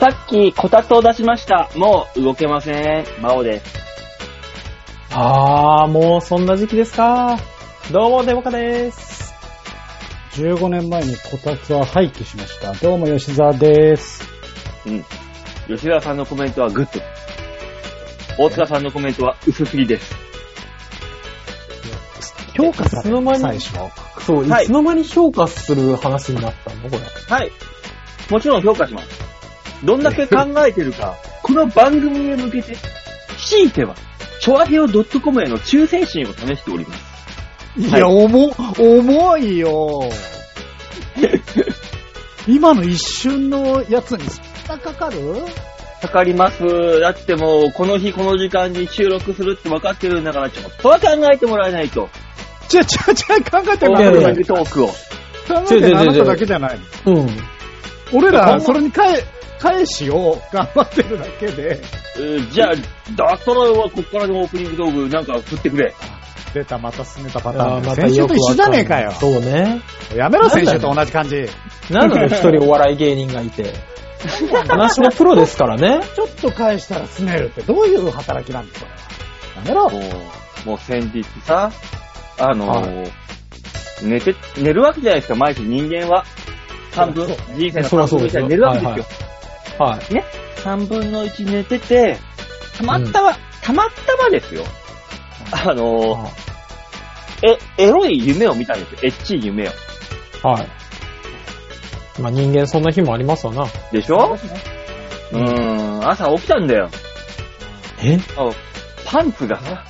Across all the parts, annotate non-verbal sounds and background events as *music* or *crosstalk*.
さっき、こたつを出しました。もう動けません。魔王です。あー、もうそんな時期ですか。どうも、デモカです。 15年前にこたつは廃棄しました。どうも吉沢です。うん。吉田さんのコメントはグッド。大塚さんのコメントは薄すぎです。評価されいつの間に最初。そう、はいいつの間に評価する話になったのこれ。はい。もちろん評価します。どんだけ考えてるか、 *laughs* この番組へ向けて、強いては、チョアヘオ .com への忠誠心を試しております。いはや、重、重いよ。今の一瞬のやつにすったかかる *laughs* かかります。だってもう、この日この時間に収録するって分かってるんだから、ちょっとは考えてもらえないと。ちょ、ちょ、ちょ、考えてオるーあプなニンただけグトークを。考えてるあなただけじゃないの。うん。俺ほんら、まそれに返、返しを頑張ってるだけで、えーじゃあ、だったらはこっからのオープニングトークなんか振ってくれ。出た、また進めたパターあンーだ。また先週よくとわ一緒じゃんなねいえかよ。そうね。やめろ、なんだ先よ週と同じ感じ。なので一人お笑い芸人がい *laughs* て。話もプロですからね。ちょっと返したらすねるってどういう働きなんだ、これは。やめろ。もう、もう先日さ、あのー寝て、寝るわけじゃないですか、毎日人間は。半分、そう人生のそりゃ半そ分うでみすたいによ寝るわけですよ。はいは3分の1寝てて、たまったま、たまったまですよ。あのい。ーはえ、エロい夢を見たんですよ。エッチい夢を。いはい。まあ人間そんな日もありますわな。でしょうーん、朝起きたんだよ。えあパンツがさ、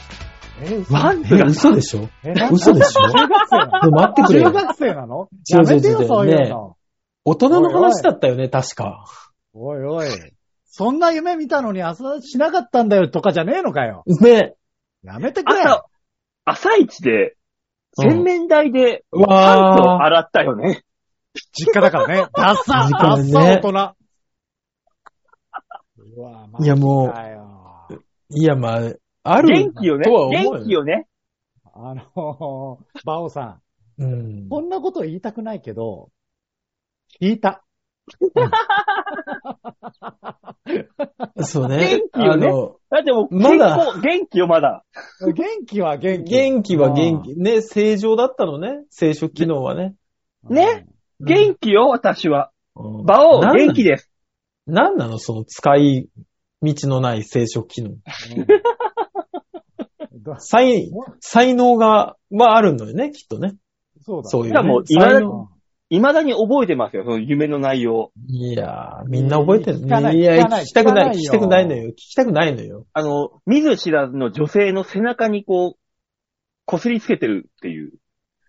え、嘘パンツがさ嘘でしょえ、なん嘘でしょ中学生なの待ってくれ中よ。学生なの違うやめて違う違よ、うそういうの。 *laughs* 大人の話だったよね、確か。おいおい。そんな夢見たのに朝しなかったんだよとかじゃねえのかよ。ね。やめてくれ。朝、朝一で、洗面台で、うんうわパーンツを洗ったよね。実家だから *laughs* ね。ダッサ、実ダ家ッでねサ大人。うわマジいやもうかよいや、まあ、ある。元気よね。とは思うよ元気よね。あのー、バオさうんん、。こんなこと言いたくないけど、聞いた。そうね。元気よねあのだってもう、ま健だ康、元気よ、まだ。元気は元気。元気は元気。ね、正常だったのね。生殖機能はね。うん。ね元気よ、私は。うん馬王、なんな元気です。なんなのその使い道のない生殖機能。うん *laughs* だ才、才能が、まああるのよね、きっとね。そうだ。そういう、しかもね。才今だう能ん未だに覚えてますよ、その夢の内容。いやー、みんな覚えてる聞かないね。いや、聞かない聞きたくない、聞聞きかたくなないよいのよ。聞きたくないのよ。あの、見ず知らずの女性の背中にこう、こすりつけてるっていう。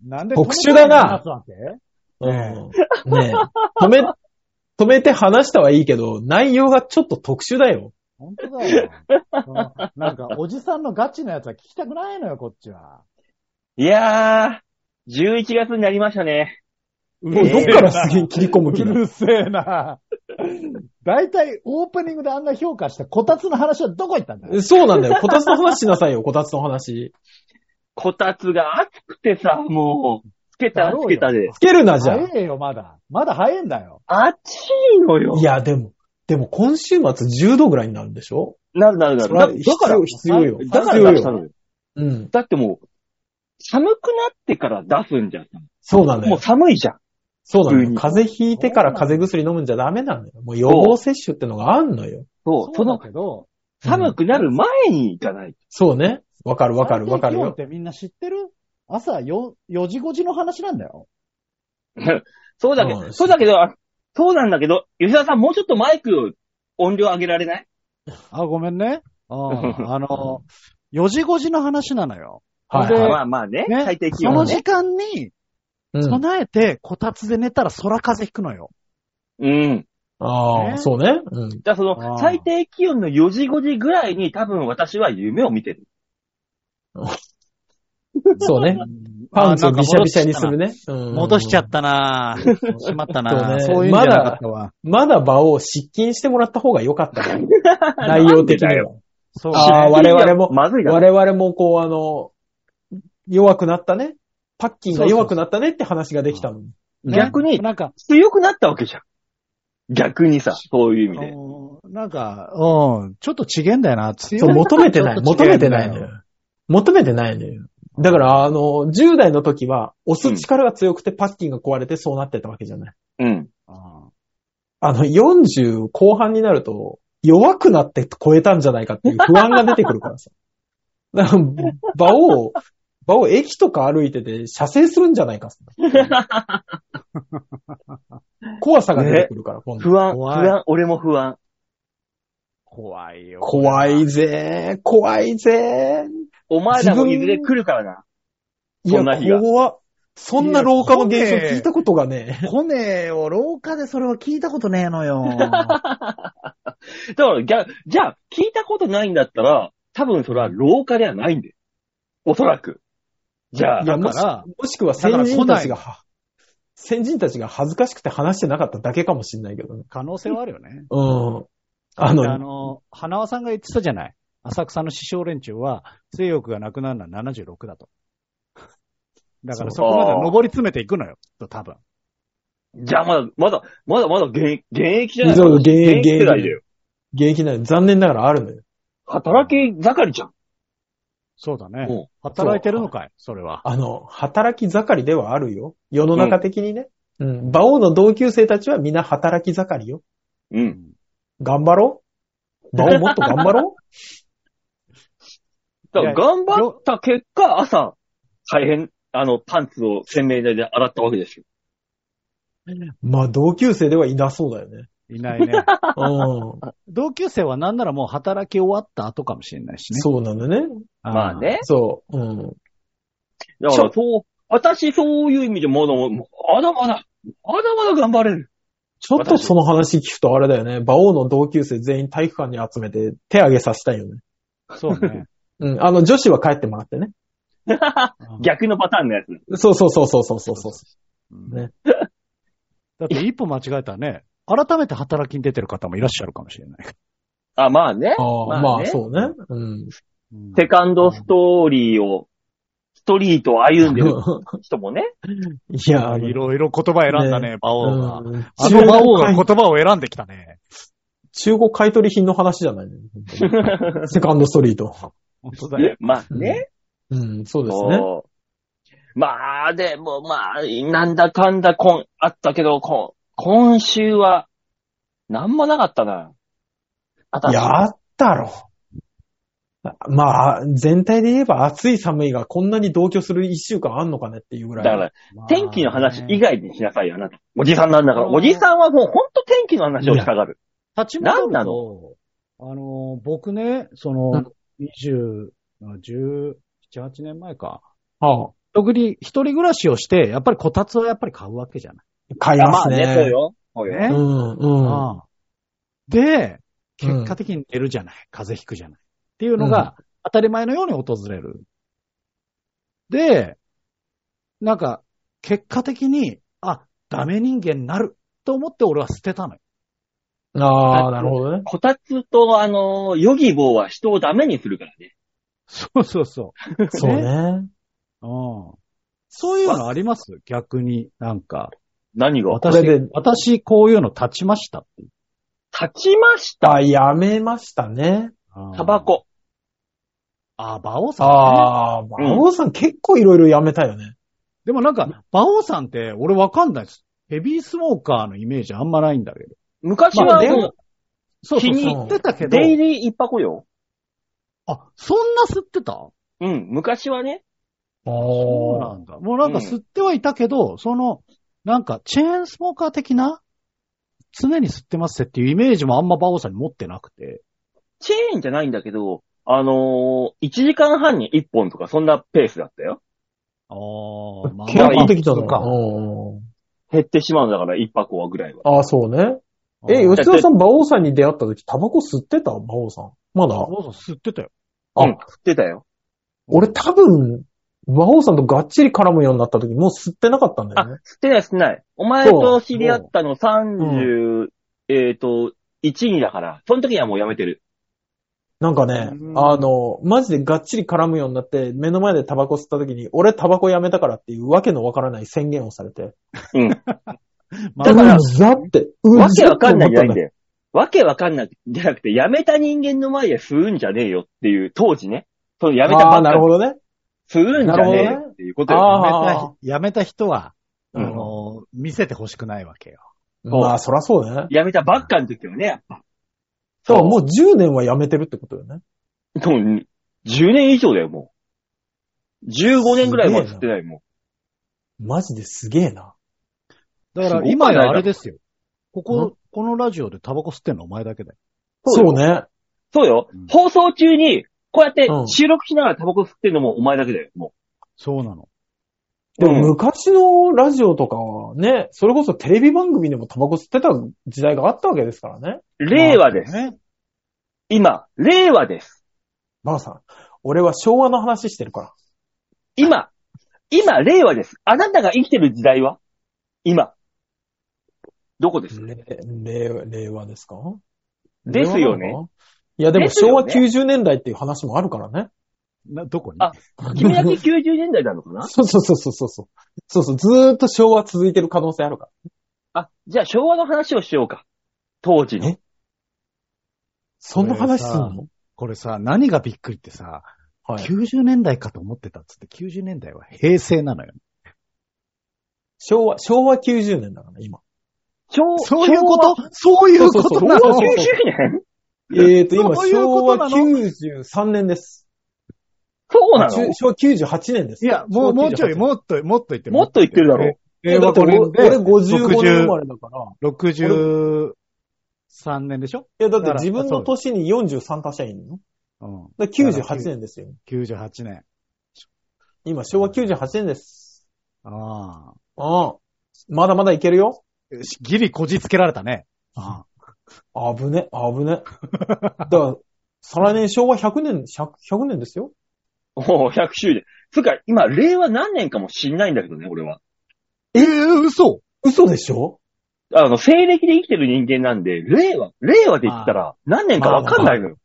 なんで特殊だなこの子に話すわうん。ねねえ止め、止めて話したはいいけど、内容がちょっと特殊だよ。け本当だよ。そのなんか、おじさんのガチのやつは聞きたくないのよ、こっちは。いやー、11月になりましたね。もうどっからすげえ切り込む気うだ。るせえな。大体、オープニングであんな評価したこたつの話はどこ行ったんだよ。 *laughs* そうなんだよ。こたつの話しなさいよ、こたつの話。こたつが暑くてさ、もう、つけたらだろうつよけたで。つけるな、じゃあ。早えよ、まだ。まだ早えんだよ。暑いのよ。い、や、でも、でも今週末10度ぐらいになるんでしょなるなるなだる。だ必要、必要よ。だか必要ら出したよ。のよ。うん。だってもう、寒くなってから出すんじゃん。そうなのもうよ。寒いじゃん。そうなの急よ。に風邪ひいてから風邪薬飲むんじゃダメなのよ。もう予防接種ってのがあんのよ。そう、そのだけど、寒くなる前に行かない。そうね。わかるわかるわか最低る気温よっ。てみんな知ってる朝 4, 4時5時の話なんだよ。そうだけそうなんでど、すそうだけど、あそうなんだけど、吉田さんもうちょっとマイク音量上げられないあ、ごめんね。あ *laughs* ーあの、4時5時の話なのよ。はいではまあまあね、ね最低気そ温のね。時間にい。うん。備えて、こたつで寝たら空風邪ひくのよ。うん。あねあ、そうね。うん。じゃあそあの、ー最低気温の4時5時ぐらいに多分私は夢を見てる。そ *laughs* うね。パンツをビシャビシャにするね。うん戻しちゃったなぁ。しまったなぁ。そうねそういうんじゃなかったわ。まだ場を失禁してもらった方が良かったよ。内容的なんでだにはよ。そう。あー我々もまずいだろ。我々もこう、あの、弱くなったね。パッキンが弱くなったねって話ができたのに。ね逆になんか、強くなったわけじゃん。逆にさ、そういう意味で。うんなんか、うん、ちょっと違えんだよな、強いそう、求めてない。ちょっと求違えめんだてよないのよ。求めてないのよ。だから、あの、10代の時は、押す力が強くてパッキンが壊れてそうなってたわけじゃない。うん。ああの、40後半になると、弱くなって超えたんじゃないかっていう不安が出てくるからさ。 *laughs* だから場を、場を駅とか歩いてて、射精するんじゃないかっ *laughs* す。怖さが出てくるから、今度。不安、不怖い安、俺も不安。怖いよ。怖いぜー、怖いぜー。お前らもい自ず分れ来るからな。いや、そんな日が怖そんな廊下の現象聞いたことがね。骨を廊下でそれは聞いたことねえのよ。 *laughs* だから、じゃ、じゃあ、聞いたことないんだったら、多分それは廊下ではないんで。おそらく。じゃあい、や、もしだからもしくは先人たちだから来が、は先人たちが恥ずかしくて話してなかっただけかもしれないけどね。可能性はあるよね。うん。あであの、の、花輪さんが言ってたじゃない。浅草の師匠連中は、性欲がなくなるのは76だと。だからそそうこまで登り詰めていくのよ、と多分。じゃあまだ、まだ、まだまだ現役、現役じゃないそう現役現世代だよ。現役なの残念ながらあるのよ。働き盛りじゃん。そうだね。も働いてるのかいそれは。あの、働き盛りではあるよ。世の中的にね。うん。馬王の同級生たちはみんな働き盛りよ。う。うん。頑張ろう。馬王もっと頑張ろう。だから頑張った結果、朝、大変、あの、パンツを洗面台で洗ったわけですよ。まあ、同級生ではいなそうだよね。いないね。 *laughs* うん。同級生はなんならもう働き終わった後かもしれないしね。そうなんだね。まあ。ね。そう。うん。だから、そう、私そういう意味でまだ、もうまだまだ、まだまだ頑張れる。ちょっとその話聞くとあれだよね。馬王の同級生全員体育館に集めて手上げさせたいよね。そうね。うん。あの、女子は帰ってもらってうね。ん逆のパターンのやつ。そうそうそうそうそうそうそう。ね。 *laughs* だって一歩間違えたらね、改めて働きに出てる方もいらっしゃるかもしれない。あ、まあね。ああ、ままああ、ねそうね。うん。セカンドストーリーを、ストリートを歩んでる人もね。 *laughs* いや、あいのろいろ言葉選んだね、馬王が。うんあの馬王が中言古買い葉を選んできたね。中古買取品の話じゃないのよ本当 *laughs* にセカンドストリート。本当だよ。まあね。うん、そうですね。そうまあ、でも、まあ、なんだかんだ、こん、あったけど、こん、今週は、なんもなかったな。あたいや、あったろ。まあ、全体で言えば暑い寒いがこんなに同居する一週間あんのかねっていうぐだらい。から、天気の話以外にしなさいよ、あなた。おじさんなんだから。あーおじさんはもうほんと天気の話をしたがる。立ち戻ると何なあのー、僕ね、その、20、17、8年前か。はあ、特に一人暮らしをして、やっぱりこたつをやっぱり買うわけじゃない。買いあまますあね。ね、そうよ。そうよ。ねうん、うん。ああで、結果的に寝るじゃない。風邪ひくじゃない。っていうのが、当たり前のように訪れる。で、なんか、結果的に、あ、ダメ人間になると思って俺は捨てたのよ。ああ、なるほどね。こたつと、あの、ヨギボーは人をダメにするからね。そうそうそそうね。う。うん。そういうのあります逆になんか。何が私これで、私こういうの立ちましたっていう。立ちました。あ、やめましたね。タバ。コ。あ、馬王さんね、ああ、馬王さん結構いろいろやめたよね。でもなんか、馬王さんって俺わかんないです。ヘビースモーカーのイメージあんまないんだけど。昔まはあでももそうそう気そにう吸ってたけう、ど、デイリー一箱よ。あ、そんな吸ってたうん、昔はね。そうあなあ。んだ。もうなんか吸ってはいたけど、その、なんかチェーンスモーカー的な、常に吸ってますっていうイメージもあんま馬王さんに持ってなくて。チェーンじゃないんだけど、あのー、1時間半に1本とかそんなペースだったよ。ああ、まあ結構できたののかか。。うん減ってしまうんだから、1箱はぐらいは。ああ、そうね。え、うん吉田さん、馬王さんに出会った時、タバコ吸ってた馬王さん。まだ馬。王さん吸ってたよ。あうん、食ってたよ。俺多分、馬王さんとがっちり絡むようになった時、もう吸ってなかったんだあ、よね。吸ってない、吸ってない。お前と知り合ったの30、えっと、1、2だから、その時にはもうやめてる。なんかねう、んあの、マジでがっちり絡むようになって、目の前でタバコ吸った時に、俺タバコやめたからっていうわけのわからない宣言をされて。うんまあだからうんざって。うんざわってけわかんないじゃないん思っただよ。わけわかんないじゃなくて、やめた人間の前で吸うんじゃねえよっていう、当時ね。そのやめたあばあ、っなかりるほどね。吸うんじゃねえなるよほどねっていうことよ。あーやめた人は、あうんの、見せてほしくないわけよ。そうまあ、そらそうね。やめたばっかの時もね、やっぱ。そう、もう10年はやめてるってことよね。でも、10年以上だよ、もう。15年ぐらいは吸ってない、もマジですげえな。だからすごい今やなあれですよ。こうこ、このラジオでタバコ吸ってんのお前だけだよ。う。そうよ。ね。そうようん。放送中に、こうやってうん収録しながらタバコ吸ってるのもお前だけだよ、もそうなの。う。でもうん昔のラジオとかはね、それこそテレビ番組でもタバコ吸ってた時代があったわけですからね。令和です。ね。今、令和です。ばあさん、俺は昭和の話してるから。今、今、令和です。あなたが生きてる時代は今。どこですれ令和令和ですかですよね令和なのかいや、でもですよ昭和ね90年代っていう話もあるからね。な、どこにあ君だけ90年代なのかなそうそうそうそうそうそう。そうそう、ずーっと昭和続いてる可能性あるから。あ、じゃあ昭和の話をしようか。当時の。えそんな話すんこのこれさ、何がびっくりってさ、はい。 90年代かと思ってたっつって、90年代は平成なのよ。昭和、昭和90年だから、今。昭そういう昭こ和とそういうこそうとそうそうな昭の和90年えーと、今、そういう昭ことな和の93年です。そうな中の昭和98年です。いや、もう、もうちょい、う。もっと、もっと言ってもっと言ってるだろう。え令和だって5俺、年俺で、 55年生まれだから。 63年でしょいや、だって自分の年に43足しゃいいのうん。だから98年ですよ。 98年。今、昭和98年です。ああ。うん。まだまだいけるよ。ギリこじつけられたね。ああ危ね、危ね。だから、再来年昭和100年、100, 100年ですよ。おう100周年。つうか、今、令和何年かも知んないんだけどね、俺は。ええ嘘嘘でしょあの、西暦で生きてる人間なんで、令和、令和で言ったら、何年かわかんないのよ。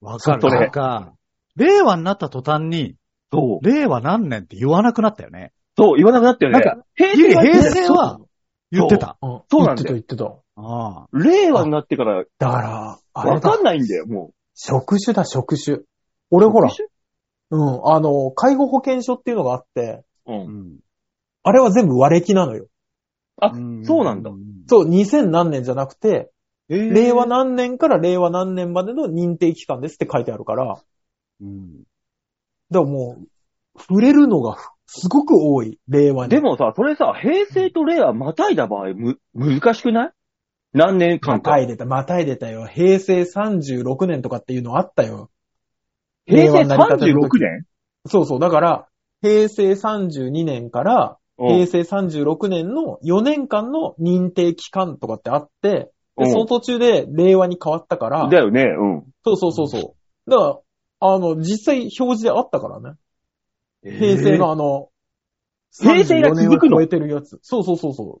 わかる。それなんか、令和になった途端に、そう。令和何年って言わなくなったよね。そう、言わなくなったよね。なんか、平ギリは平成は言ってた。うんそうなんだよ言ってた、言ってああ。令和になってから、た。だから、あれわだか。んないんだよ、も職種だ、職種。俺う。ほら、うん、あの、介護保険証っていうのがあって、う。うんん。あれは全部和暦なのよ。あそうなんだ。そう、2000何年じゃなくて、えー令和何年から令和何年までの認定期間ですって書いてあるから、だかうん。らもう、触れるのがすごく多い、令和に。で、もさ、それさ、平成と令和またいだ場合、む、難しくない何年ま間たか。いでた、またいでたよ。平成36年とかっていうのあったよ。平成令和成り立ての36時年そうそう、だから、平成32年から、うん平成36年の4年間の認定期間とかってあって、うんで、その途中で令和に変わったから、だよね、うん。そうそうそうそう。だから、あの、実際表示であったからね。平成のあの、平成が続くの34年を超えてるやつ。そうそうそうそう。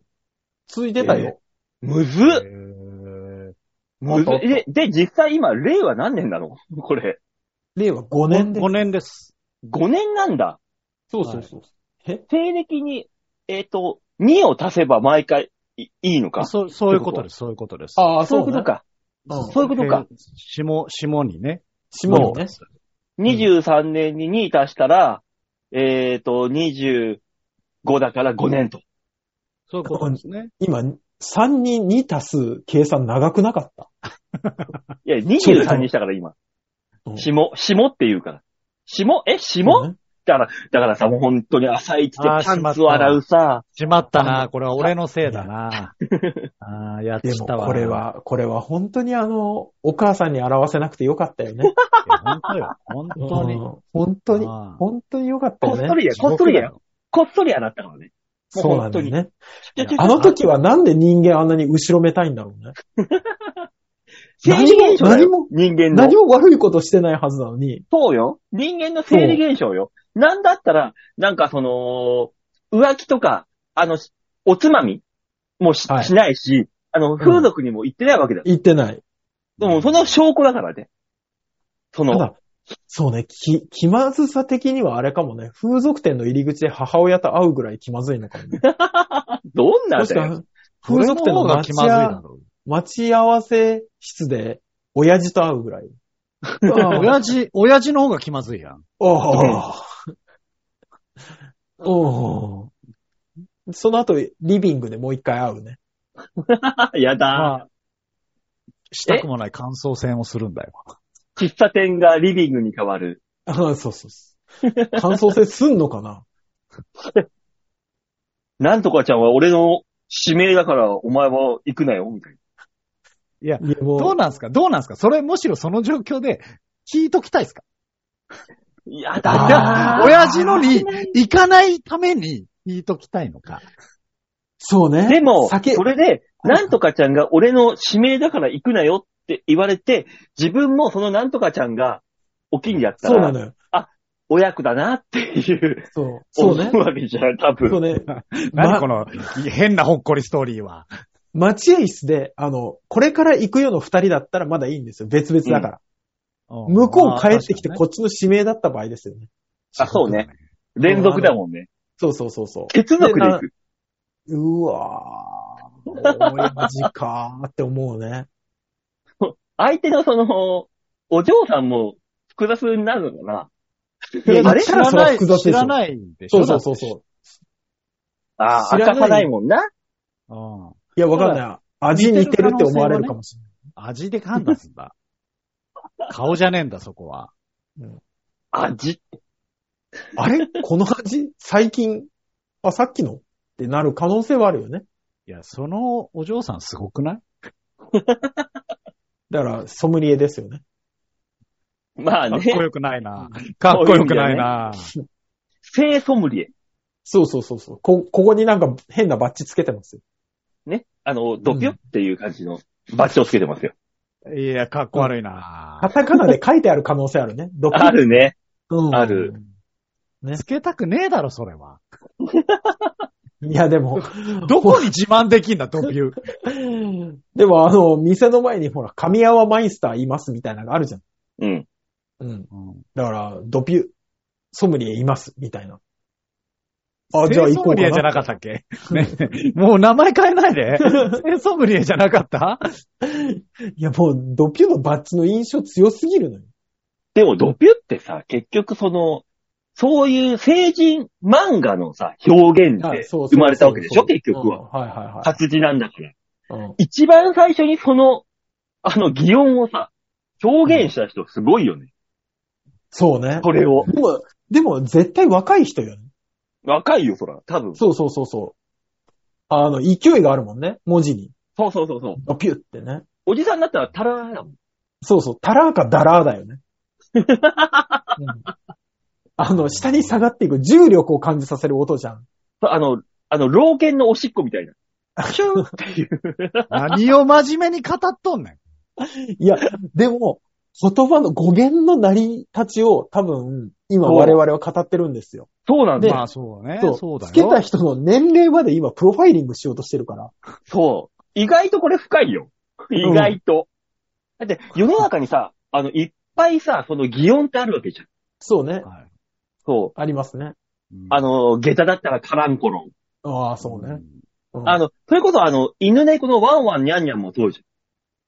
続いてたよ。むずえっーむずあったあっっで、で、実際今、令和何年なの *laughs* これ。令和5年で5。年です。 5年なんだ。そうそうそう。え西暦に、えっ、と、2を足せば毎回いいいのか。そう、そういうことです。そういうことです。ああ、そういうねこと。か。うんそういうことか。えー。下、下にね。下にね。 23年に2足したら、えっ、と、25だから5年と。そういうことですね。今、3に2足す計算長くなかった。いや、23にしたから今う。ん下、下って言うから。下え、下ねだからさ、もう本当に朝一であーパンツを洗うさ、しまったな。これは俺のせいだな。ああ、やっでちっもたわ。これ。は、これは本当にあの、お母さんに表せなくてよかったよ *laughs* ね。本当よ。本当に。うん本当に、ああ本当によかったこっよそね。りや、こっそりや、。こっそり洗ったからね。そうなんだよね。ちょちょちょあの時はなんで人間あんなに後ろめたいんだろうね。生理現象だよ何も人間の何。も悪いことしてないはずなのに。そうよ。人間の生理現象よ。なんだったら、なんかその、浮気とか、あの、しおつまみもし,、はいないし、あの、風俗にも行ってないわけだよ。言ってない。でも、その証拠だからね。そたの、だ、そうね、き、気まずさ的にはあれかもね、風俗店の入り口で母親と会うぐらい気まずいのかもね。どんなもんしだよ。か、風俗そ店のれ方が待気ちまずいだ合ろう。待ち合わせ室で、親父と会う *laughs* ぐらい。親父、親父の方が気まずいやん。おー。おー。その後、リビングでもう一回会うね。やだまあしたくもない感想戦をするんだよ。ー。喫茶店がリビングに変わる。ああ、そうそうそう。感想性すんのかななんとかちゃんは俺の指名だからお前は行くなよ、みたいいやどもうなんすかどうなんすかそれむしろその状況で聞いときたいですかな。やいやあー親父のに行かないために聞いときたいのか。そうね。でも、酒それで、なんとかちゃんが俺の指名だから行くなよって言われて、自分もそのなんとかちゃんがおきにやったそうなら、のよ。親子だなっていう、そう。そうね思。わけじゃん、多そう分。 *laughs* ね。何まこの変なほっこりストーリーは。待合室で、あの、これから行くよの二人だったらまだいいんですよ。別々だから。向こう帰ってきてこっちの指名だった場合ですよね。あそうね。連続だもんね。そうそうそうそう。血族で行く。うわぁ、親父かーって思うね。相手のその、お嬢さんも複雑になるのかな。いやああれれ知らない、複雑でし知ょらないでし *laughs* そょうそうそうそう。ああ、明知らないかさないもんな。う。うんいや、わかんない。味似てるって思われるかもし味で判断すんだ。顔じゃねえんだ、そこは。味。れない。あれこの味最近あ、さっきのってなる可能性はあるよね。いや、そのお嬢さんすごくないだから、ソムリエですよね。まあかっね。こよくないな。かっこよくないな。性ソムリエ。そうそうそうそう。こ、ここになんか変なバッチつけてますよ。ね。あの、ドピョっていう感じのバッチをつけてますよ。いや、かっこ悪いなカ。タカナで書いてある可能性ある *laughs* ね。どっあるね。うんある。ねつけたくねえだろ、それは。いや、でも、 *laughs* どこに自慢できんだ、ドビュー。でもあの、店の前にほら、神山マイスターいますみたいなのがあるじゃん。うん。うん。うんだから、ドピュ、ソムリエいますみたいな。あ、じゃあセイソ行こうムかリエな。じゃなかったっけね。もう名前変えない *laughs* で。セイソムリエじゃなかった *laughs* いや、もう、ドピュのバッジの印象強すぎるのよ。でも、ドピュってさ、結局その、そういう成人漫画のさ、表現で生まれたわけでしょ結局は。は。うんはいは活字なんだから。いはい。うん一番最初にその、あの、擬音をさ、表現した人すごいよね。そうね。これを。でも、でも、絶対若い人よね。若いよ、そら。多分。そうそうそうそう。あの、勢いがあるもんね。文字に。そうそうそうそう。ドピュってね。おじさんだったらタラーだもん。そうそう。タラーかダラーだよね。うんあの、下に下がっていく重力を感じさせる音じゃん。あの、あの、老犬のおしっこみたい *laughs* な。シューっていう。何を真面目に語っとんねん。いや、でも、言葉の語源の成り立ちを多分、今我々は語ってるんですよ。そうなんだ。まあそうね。そそううだよ。つけた人の年齢まで今プロファイリングしようとしてるから。そう。意外とこれ深いよ。意外と。だって、世の中にさ、あの、いっぱいさ、その擬音ってあるわけじゃん。そうはね。い。そう。ありますね。あの、下駄だったらカランコロン。ああ、そうね。。うんあの、それこそあの、犬猫のワンワンニャンニャンもそうじ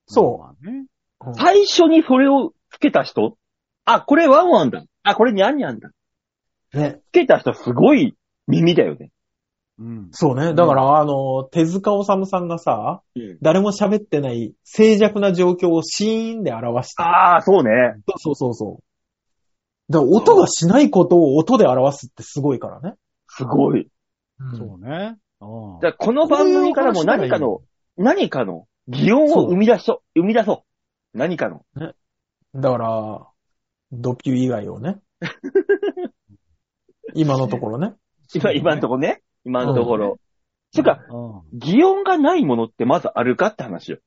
そうね。ゃん。最初にそれをつけた人あ、これワンワンだ。あ、これニャンニャンだ。う。ね。つけた人すごい耳だよね。うん。そうね。だから、あの、手塚治虫さんがさ、うん。誰も喋ってない静寂な状況をシーンで表した。ああ、そうね。そうそうそう。だから音がしないことを音で表すってすごいからね。すごい。そうそうね。うだんからこの番組からも何かの、何かの擬音を生み出しと、生み出そう。何かの。だから、ドピュ以外 *laughs* をね。今のところね。今、今のところね。今のところ。つうか、うん擬音がないものってまずあるかって話よ。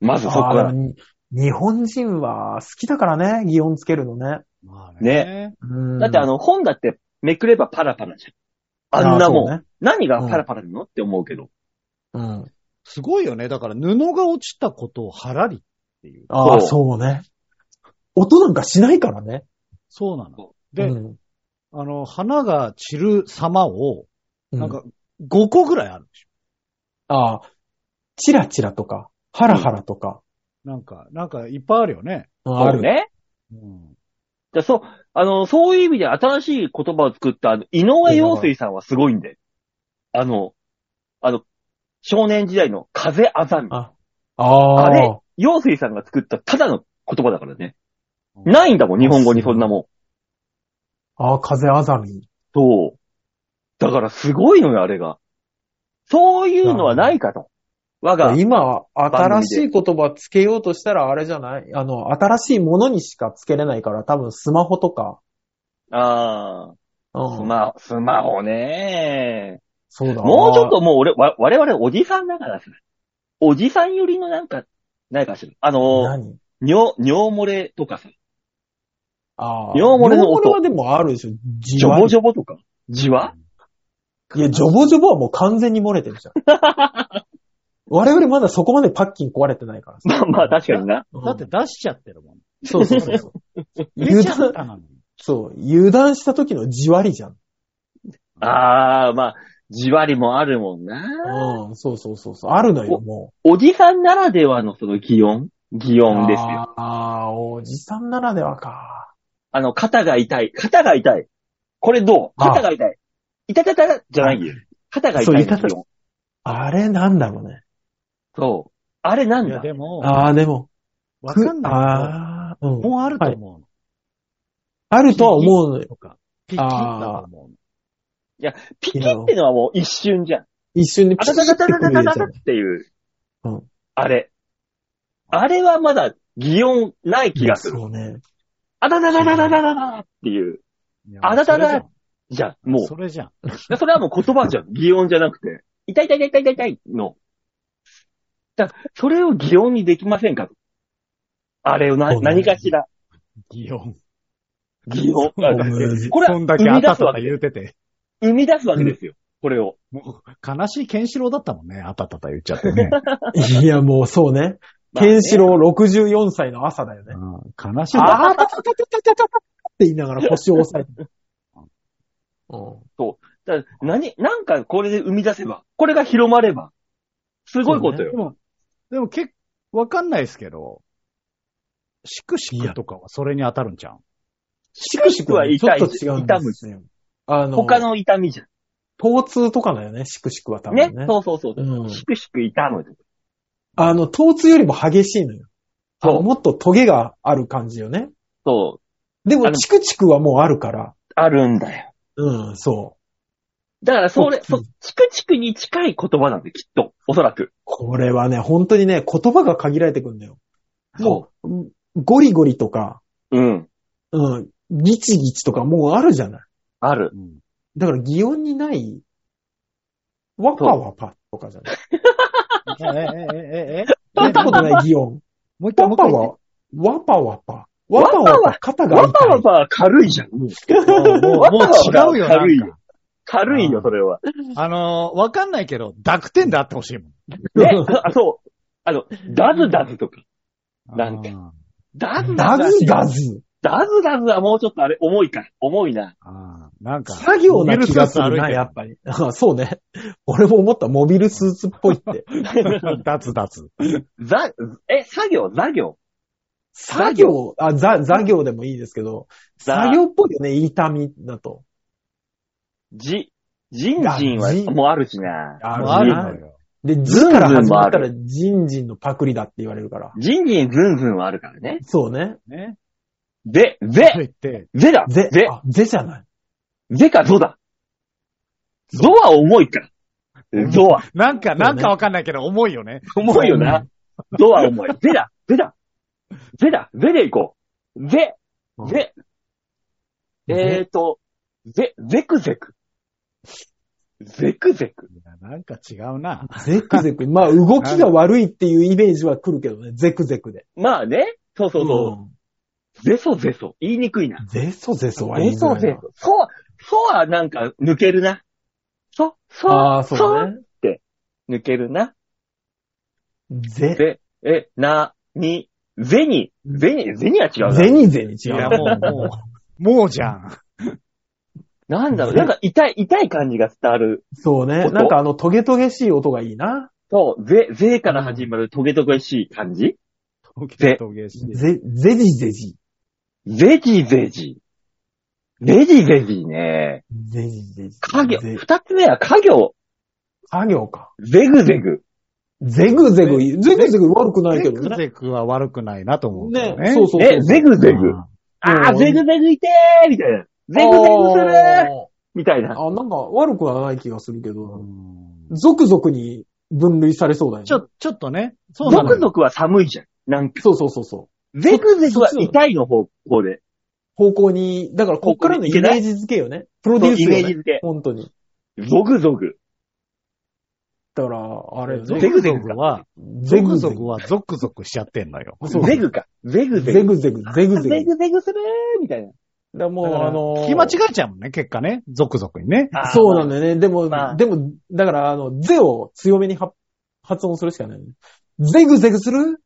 まずそこかあーら。に日本人は好きだからね、擬音つけるのね。まあだってあの、の本だってめくればパラパラじゃん。あんなもん。あー何がパラパラなのって思うけど。そうね。うん。すごいよね。だから布が落ちたことを腹にっていう。ああ、そそうね。音なんかしないからね。そうなのそ。で、うんあの、花が散る様を、うなんか、5個ぐらいあるでしああ、チラチラとか、ハラハラとか、なんか、なんかいっぱいあるよね。ある。ね。うん。じゃあそう、あの、そういう意味で新しい言葉を作った、あの、井上陽水さんはすごいんで。あの、あの、少年時代の風あざみ。ああああれ陽水さんが作ったただの言葉だからね。ないんだもん、日本語にそんなもん。ああ、風あざみ。そう。だからすごいのよ、あれが。そういうのはないかと。我が、今、新しい言葉つけようとしたらあれじゃないあの、新しいものにしかつけれないから、多分スマホとか。ああ、スうん。マホ、スマホねそうだなもうちょっともう俺、わ我々おじさんだからさ。おじさん寄りのなんか、ないかしら。あの、何尿、尿漏れとかさ。ああ。尿漏れの音尿漏はでもあるでしょ。ジじョわボジョボとか。じわいや、ジョボジョボはもう完全に漏れてるじゃん。 *laughs* 我々まだそこまでパッキン壊れてないからさ。まあ *laughs* まあ、確かにな。うんだって、出しちゃってるもん。そうそうそ *laughs* うそう。出油ちゃっ断、たのに。そう、油断した時のじわりじゃん。ああ、まあ、じわりもあるもんな。うん、そうそうそうそう。あるのよ、もおじさんならではのその擬音擬う。音ですよ。ああ、おじさんならではか。あの、肩が痛い。肩が痛い。これどうあ肩が痛い。痛たたたじゃないよ。肩が痛いの擬音。そう痛たたあれなんだろうね。そう。あれなんいや、だでも、ああ、でも。わかんないああ、うけんど、。もうあると思うの。あるとは思うのよ。とか、ピキッだと思うの。ピキってのはもう一瞬じゃん。一瞬にあピシたッてたたたた入れたちたゃう。っていううん。あれ。あれはまだ擬音ない気がする。そうね。あたたたたたたたたっていう。いやあなただそれじじゃゃん、んもう。それじゃん。でそれはもう言葉じゃん。擬音じゃなくて。痛い痛い痛い痛い痛い痛いの。だからそれを擬音にできませんかとあれをな、そうね何かしら。擬音。擬音。ここれれはこんだけあたたた言うてて。生み出すわけですよ。これを。もう、悲しいケンシロウだったもんね。あたたた言っちゃって *laughs* ね。いや、もうそうね。まあねケンシロウ64歳の朝だよね。うん悲しい。あーたたたたたたたたって言いながら腰を押さえてる。うんだから何、なんかこれで生み出せば、これが広まれば、すごいことよ。でも、でも結構、わかんないですけど、シクシクとかはそれに当たるんちゃうシクシクはねちょっと違うんですよ。あの、他の痛みじゃ疼痛とかだよね、シクシクは多ん。ね分ね。そうそうそう。うんしくしく痛む。あの、疼痛よりも激しいのよ。あそのうもっとトゲがある感じよね。そう。であも、のチクチクはもうあるから。あるんだよ。うん、そだからそれ、そそうう、チクチクに近い言葉なんで、きっと。おそらく。う。これはね、本当にね、言葉が限られてくるんだよ。そもう、ゴリゴリとか、う。うん。うん、ギチギチとかもうあるじゃない。ある。うん。だから、擬音にない、わぱわぱとかじゃない。え、え、え、え、え、聞いたことない *laughs* 擬音。もう一回、もう一わぱ回言っわ、わぱわぱ。わぱわぱ、肩がわ痛ぱい。わぱは軽いじゃん。もうて。もう、もう違うよ、軽いなんか軽いよ、それは。あのー、わかんないけど、濁点であってほしいもん。ね、あ、そう。あの、ダズダズとか。なんかか。ダズダダズ。ズダズ。ダズダズはもうちょっとあれ、重いか。重いな。 *laughs* あーなんか、作業な気がすモビルスーツ歩るいな、てるやっぱり。あそうね。 *laughs* 俺も思った、モビルスーツっぽ *laughs* いって。 *laughs* 脱脱。ザ、え、作業、作業。作業、あ、ざ、座業でもいいですけど、ざ作業っぽいよね、痛みだと。じ、ジンジンはあジンもうあるしな。あもうあるのね。よ。で、じからズンズン始もまあったるら、ジンジンのパクリだって言われるから。ジンジンズンズンはあるからね。そうね。ね。で、ぜ、言って、ぜだ。ぜぜ、、ぜあぜじゃない。かゾだ。ゾは重いか。ゾは。なんか、なんかわかんないけど、重いよね。重いよな。ゾは重い。ぜだ、ぜだ。ぜだ、ぜでいこう。ぜ、ぜ。えーと、ぜ、ぜくぜく。ぜくぜく。いやなんか違うな。ゼクゼク。まあ、動きが悪いっていうイメージは来るけどね、ゼクゼクで。まあね。そうそうそうう。ぜそぜそ。言いにくいな。ん。ゼソゼソは言ぜいづそらいなぜそ。そは、そはなんか抜けるな。そ、そ、ああ、そうね。抜けるな。ゼ、ぜ、え、な、に、ぜに、ぜに、ぜには違うな。ゼニゼニい違や、う。もう、もう、もうじゃん。なんだろう、なんか痛い、痛い感じが伝わる。そうね。音なんかあの、トゲトゲしい音がいいな。そう、ぜ、ぜから始まるトゲトゲしい感じ峠峠しぜ、ぜじぜじ。ぜじぜじ。ぜじぜじね。ぜじぜじ。家業。ぜ二つ目は家業。家業か。ぜぐぜぐ。ぜぐぜぐ、ぜぐぜぐ悪くないけゼどクね。ゼクは悪くないなと思うけど。ねそうそうそうえ、ぜぐぜぐ。うんあー、うんぜぐぜぐいてーみたいな。ぜぐぜぐするーみたいな。あーあ、なんか悪くはない気がするけうど、ん続々に分類されそうだよね。ちょ、ちょっとね。そうなゾのよクゾクは寒いじゃん。なんか、そうそうそうそう。ぜぐぜぐは痛いの方向で。方向に、だからこっからのイメージ付けよね。プロデュースイよ、ね。メージ付本当に。け。ゾグゾグ。だから、あれ、ゾゼククゼゾククかは、ゾゼクグゾゼクグ。はゾクゾクしちゃってんのよ。そうゼグか。ゼグゼゼグ。グゼグ、ゼグゼグ。ゼだかグゼグするーみたいな。らもう、だからあのー聞き間違えちゃうもんね、結果ね。ゾクゾクに *laughs* ね。あーそうなんだよね。でも、まあでも、だから、あの、ゼを強めに発発音するしかない、ね。ゼグゼグする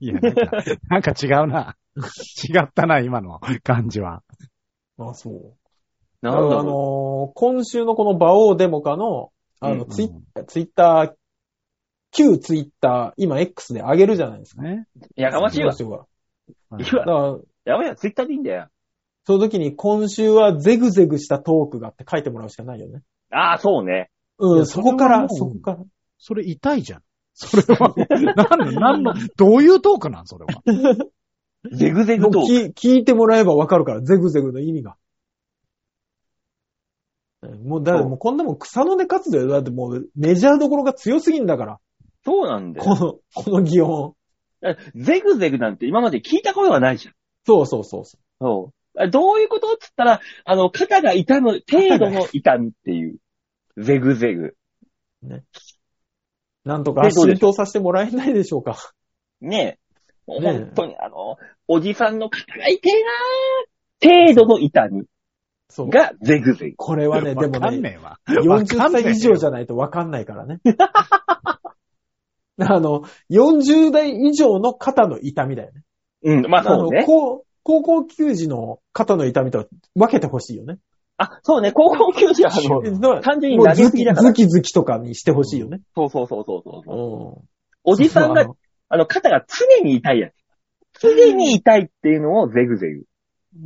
いや、なんか、なんか違うな。 *laughs* 違ったな、今の感じは。あ、そう。なあるほど。のー今週のこのバオーデモカの、うあんうの、んツイッター、ツイッター、旧ツイッター、今 X で上げるじゃないですか。ね。やかましいわ。今週はいうだわか。ら、やばいや、ツイッターでいいんだよ。その時に今週はゼグゼグしたトークがって書いてもらうしかないよね。ああ、そうね。いうやん、そこから、それはそもうこから。それ痛いじゃん。それは、なんの、なんの、どういうトークなんそれは。ゼグゼグもうと。聞聞いてもらえばわかるから、ゼグゼグの意味が。もう、だってそうもうこんなもん草の根活動よ。だってもうメジャーどころが強すぎんだから。そうなんだよこ。の、 *laughs* この擬音。ゼグゼグなんて今まで聞いたことがないじゃん。そうそうそうそそう。あどういうことっつったら、あの、肩が痛む程度の痛みっていう。ゼグゼグ。う。なんとねどかうでしょう浸透させてもらえないでしょう *laughs* か。ねえ。ねえ本当にあの、おじさんの肩が痛いなー程度の痛みそう。がゼグゼグ。これはね、でわもかんね、ねえわ。 40歳以上じゃゃないとわかんないからね。 *laughs* あの、40代以上の肩の痛みだよね。うん、まあそうあのね。高高校球児の肩の痛みとは分けてほしいよね。あ、そうね、高校球児はあの、うんだから単純にも投うげズすぎキだからズ。キズキとかにしてほしいよね。そうそうそうそうそうそう。おおじさんが、あの、肩が常に痛いやつ。常に痛いっていうのをゼグゼグ。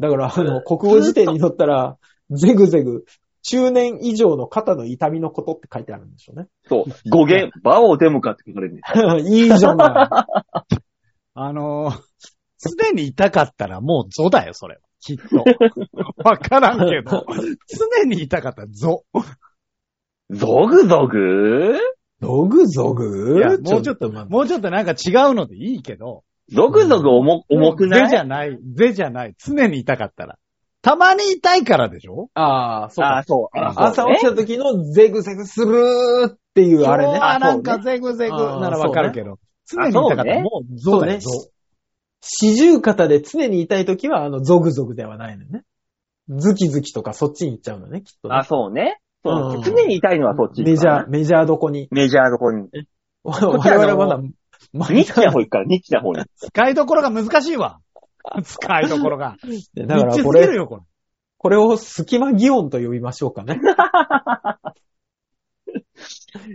だから、あの、国語辞典に載ったら、ゼグゼグ、中年以上の肩の痛みのことって書いてあるんでしょうね。 *laughs* そう。語源、バオデモカって書かれるね。いいじゃなあのー、すでに痛かったらもうゾだよ、それは。きっ *laughs* と。わからんけど、常に痛かったらゾ。ゾグゾグい。ゾグゾグいやもうちょっと待ってもうちょっとなんか違うのでいいけど、ゾグゾグ重重くなぜじいゃない、ぜじゃない、常に痛かったら。たまに痛いからでしょああ、そうあかあ、。そう。ああ朝起きた時のゼグゼグするーっていうあれね。あ、なんそかうゼグゼグあーならわかるけど、常にあ痛かそうったらねもうゾそうだねよ、ゾ。。四十肩で常に痛い時は、あの、ゾグゾグではないのね。ズキズキとかそっちに行っちゃうのね、きっとね、あ、そうね。そううん常に痛いのはそっち。メジャー、。メジャーどこに。メジャーの方に。我っちはあの々はまだ、マニッチな方行くから、ニッチな方に。使いどころが難しいわ。使いどころが。だだかかららここれ。るれ、よ、これ。これを隙間擬音と呼びましょ *laughs* うかね。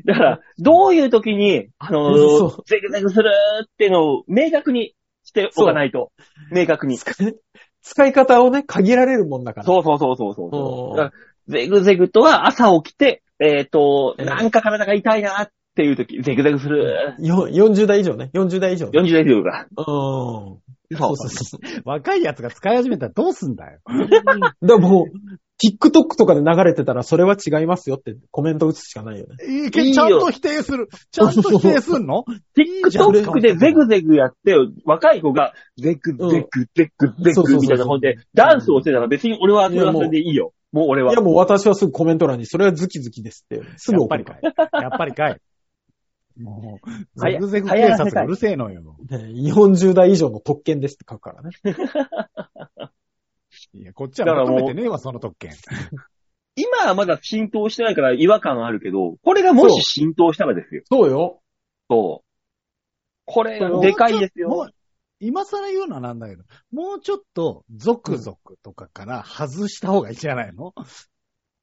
だから、どういう時に、あのそーう、ゼグゼグするーっていうのを明確にしておかないと。明確に。使い方をね、限られるもんだから。そうそうそうそうそうそおう。ーだからゼグゼグとは朝起きて、えっ、と、ええなんか体が痛いなっていう時、ゼグゼグする。よ40代以上ね。40代以上。うん。 40代以上が。そそううそそううそう。若いやつが使い始めたらどうすんだよ。でも、TikTok とかで流れてたら、それは違いますよってコメント打つしかないよね。いいいいけよちゃんと否定する。ちゃんと否定すんのじゃん TikTok でゼグゼグやって、若い子が、ゼグゼグゼグゼそうそうそうグみたいな本で、ダンスをしてたら別に俺はそれはそれでいいよ。もう俺いやは。もう私はすぐコメント欄に、それはズキズキですって。すぐやっ送ぱるりかからい。やっぱりかい。もう、はゼやグゼグ警察がうるせえのよ。ね40代以上の特権ですって書くからね。いや、こっちは求めてねえわ、その特権。今はまだ浸透してないから違和感あるけど、これがもし浸透したらですよ。そうよ。そう。これがでかいですもよ。う。今更言うのはなんだけど、もうちょっと、ゾクゾクとかから外した方がいいんじゃないの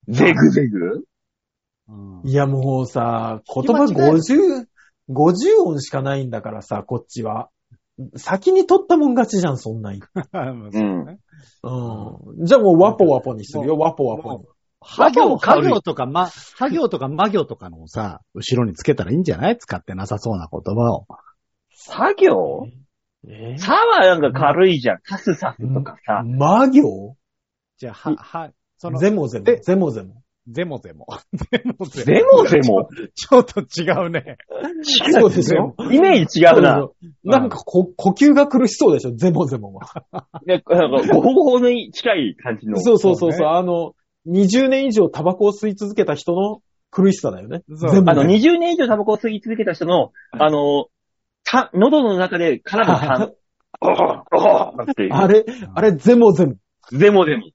ゼグゼグうんいや、もうさ、言葉聞き間違え50、50音しかないんだからさ、こっちは。先に取ったもん勝ちじゃん、そんなん。うん。うん。じゃあもうワポワポにするよ、ワポワポに。は行、かはる行とか、ま、は行とか、ま行とかのをさ、後ろにつけたらいいんじゃない使ってなさそうな言葉を。作業えさはなんか軽いじゃん。カスサスとかさ。魔行じゃあ、は、は、その、ゼモゼモえ、ゼモゼモ。ゼモゼモ。ゼモゼでもでも、ちょっと違うね。違そうでしょイメージ違うな。なんかこ、呼吸が苦しそうでしょ、ゼモゼモは。ねなんか、ごほごほに近い感じの。そうそうそうそうそう、ねあの、20年以上タバコを吸い続けた人の苦しさだよね。そうゼモあゼの、モ20年以上タバコを吸い続けた人の、あの、た、喉の中で絡むあ痰。おほおほっていう。あれ、あれ、ゼモゼモ。でもでも。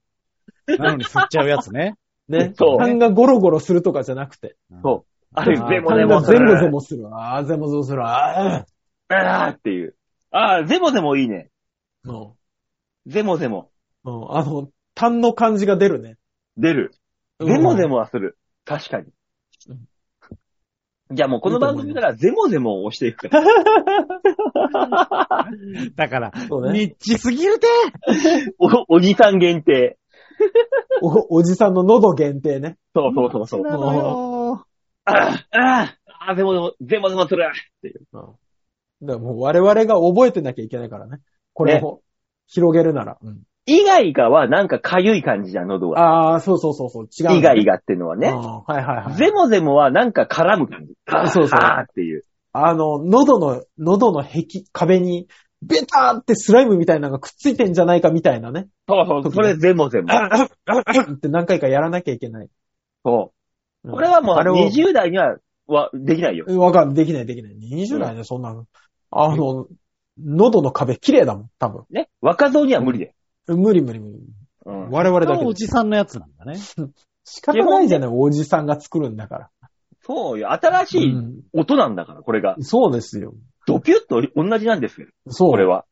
なのに吸っちゃうやつね。ね。そう痰がゴロゴロするとかじゃなくて。あれ、あーでも痰でも。がゼモゼモするわ。あーゼモゼモするわ。ああーっていう。あー、ゼモゼモいいね。ーうんゼモゼモ。うんあの、痰の感じが出るね。出る。うんゼモゼモはする。確かにう。じゃあもうこの番組からゼモゼモを押していくから。 *laughs* だから、そうね。ニッチすぎるてお、おじさん限定。お、おじさんの喉限定ね。そうそうそうそう。なのよあーあーあー、ゼモゼモ、ゼモゼモする。うん。だからもう我々が覚えてなきゃいけないからね。これを広げるなら。うん以外がはなんかかゆい感じじゃん、喉が。ああ、そうそうそうそう。違う、以外。がっていうのはね。ねう。んはいはいはい。ゼモゼモはなんか絡む感じ。そうそうあーっていう。あの、喉の、喉の壁、壁に、ベターってスライムみたいなのがくっついてんじゃないかみたいな *laughs* ね。そうそうそう。それゼモゼモ。って何回かやらなきゃいけない。そうう。んこれはもうあれを20代には、は、できないよ。わかん、できないできない。20代ね、そんなの。あの、喉の壁綺麗だもん、多分。ね。若造には無理で。無理無理無理。うん。我々これだけはおで。じさんのやつなんだね。仕方ないじゃない、おじさんが作るんだから。そうよ。新しいうん音なんだから、これが。そうですよ。ドキュッと同じなんですよ。そう。これは。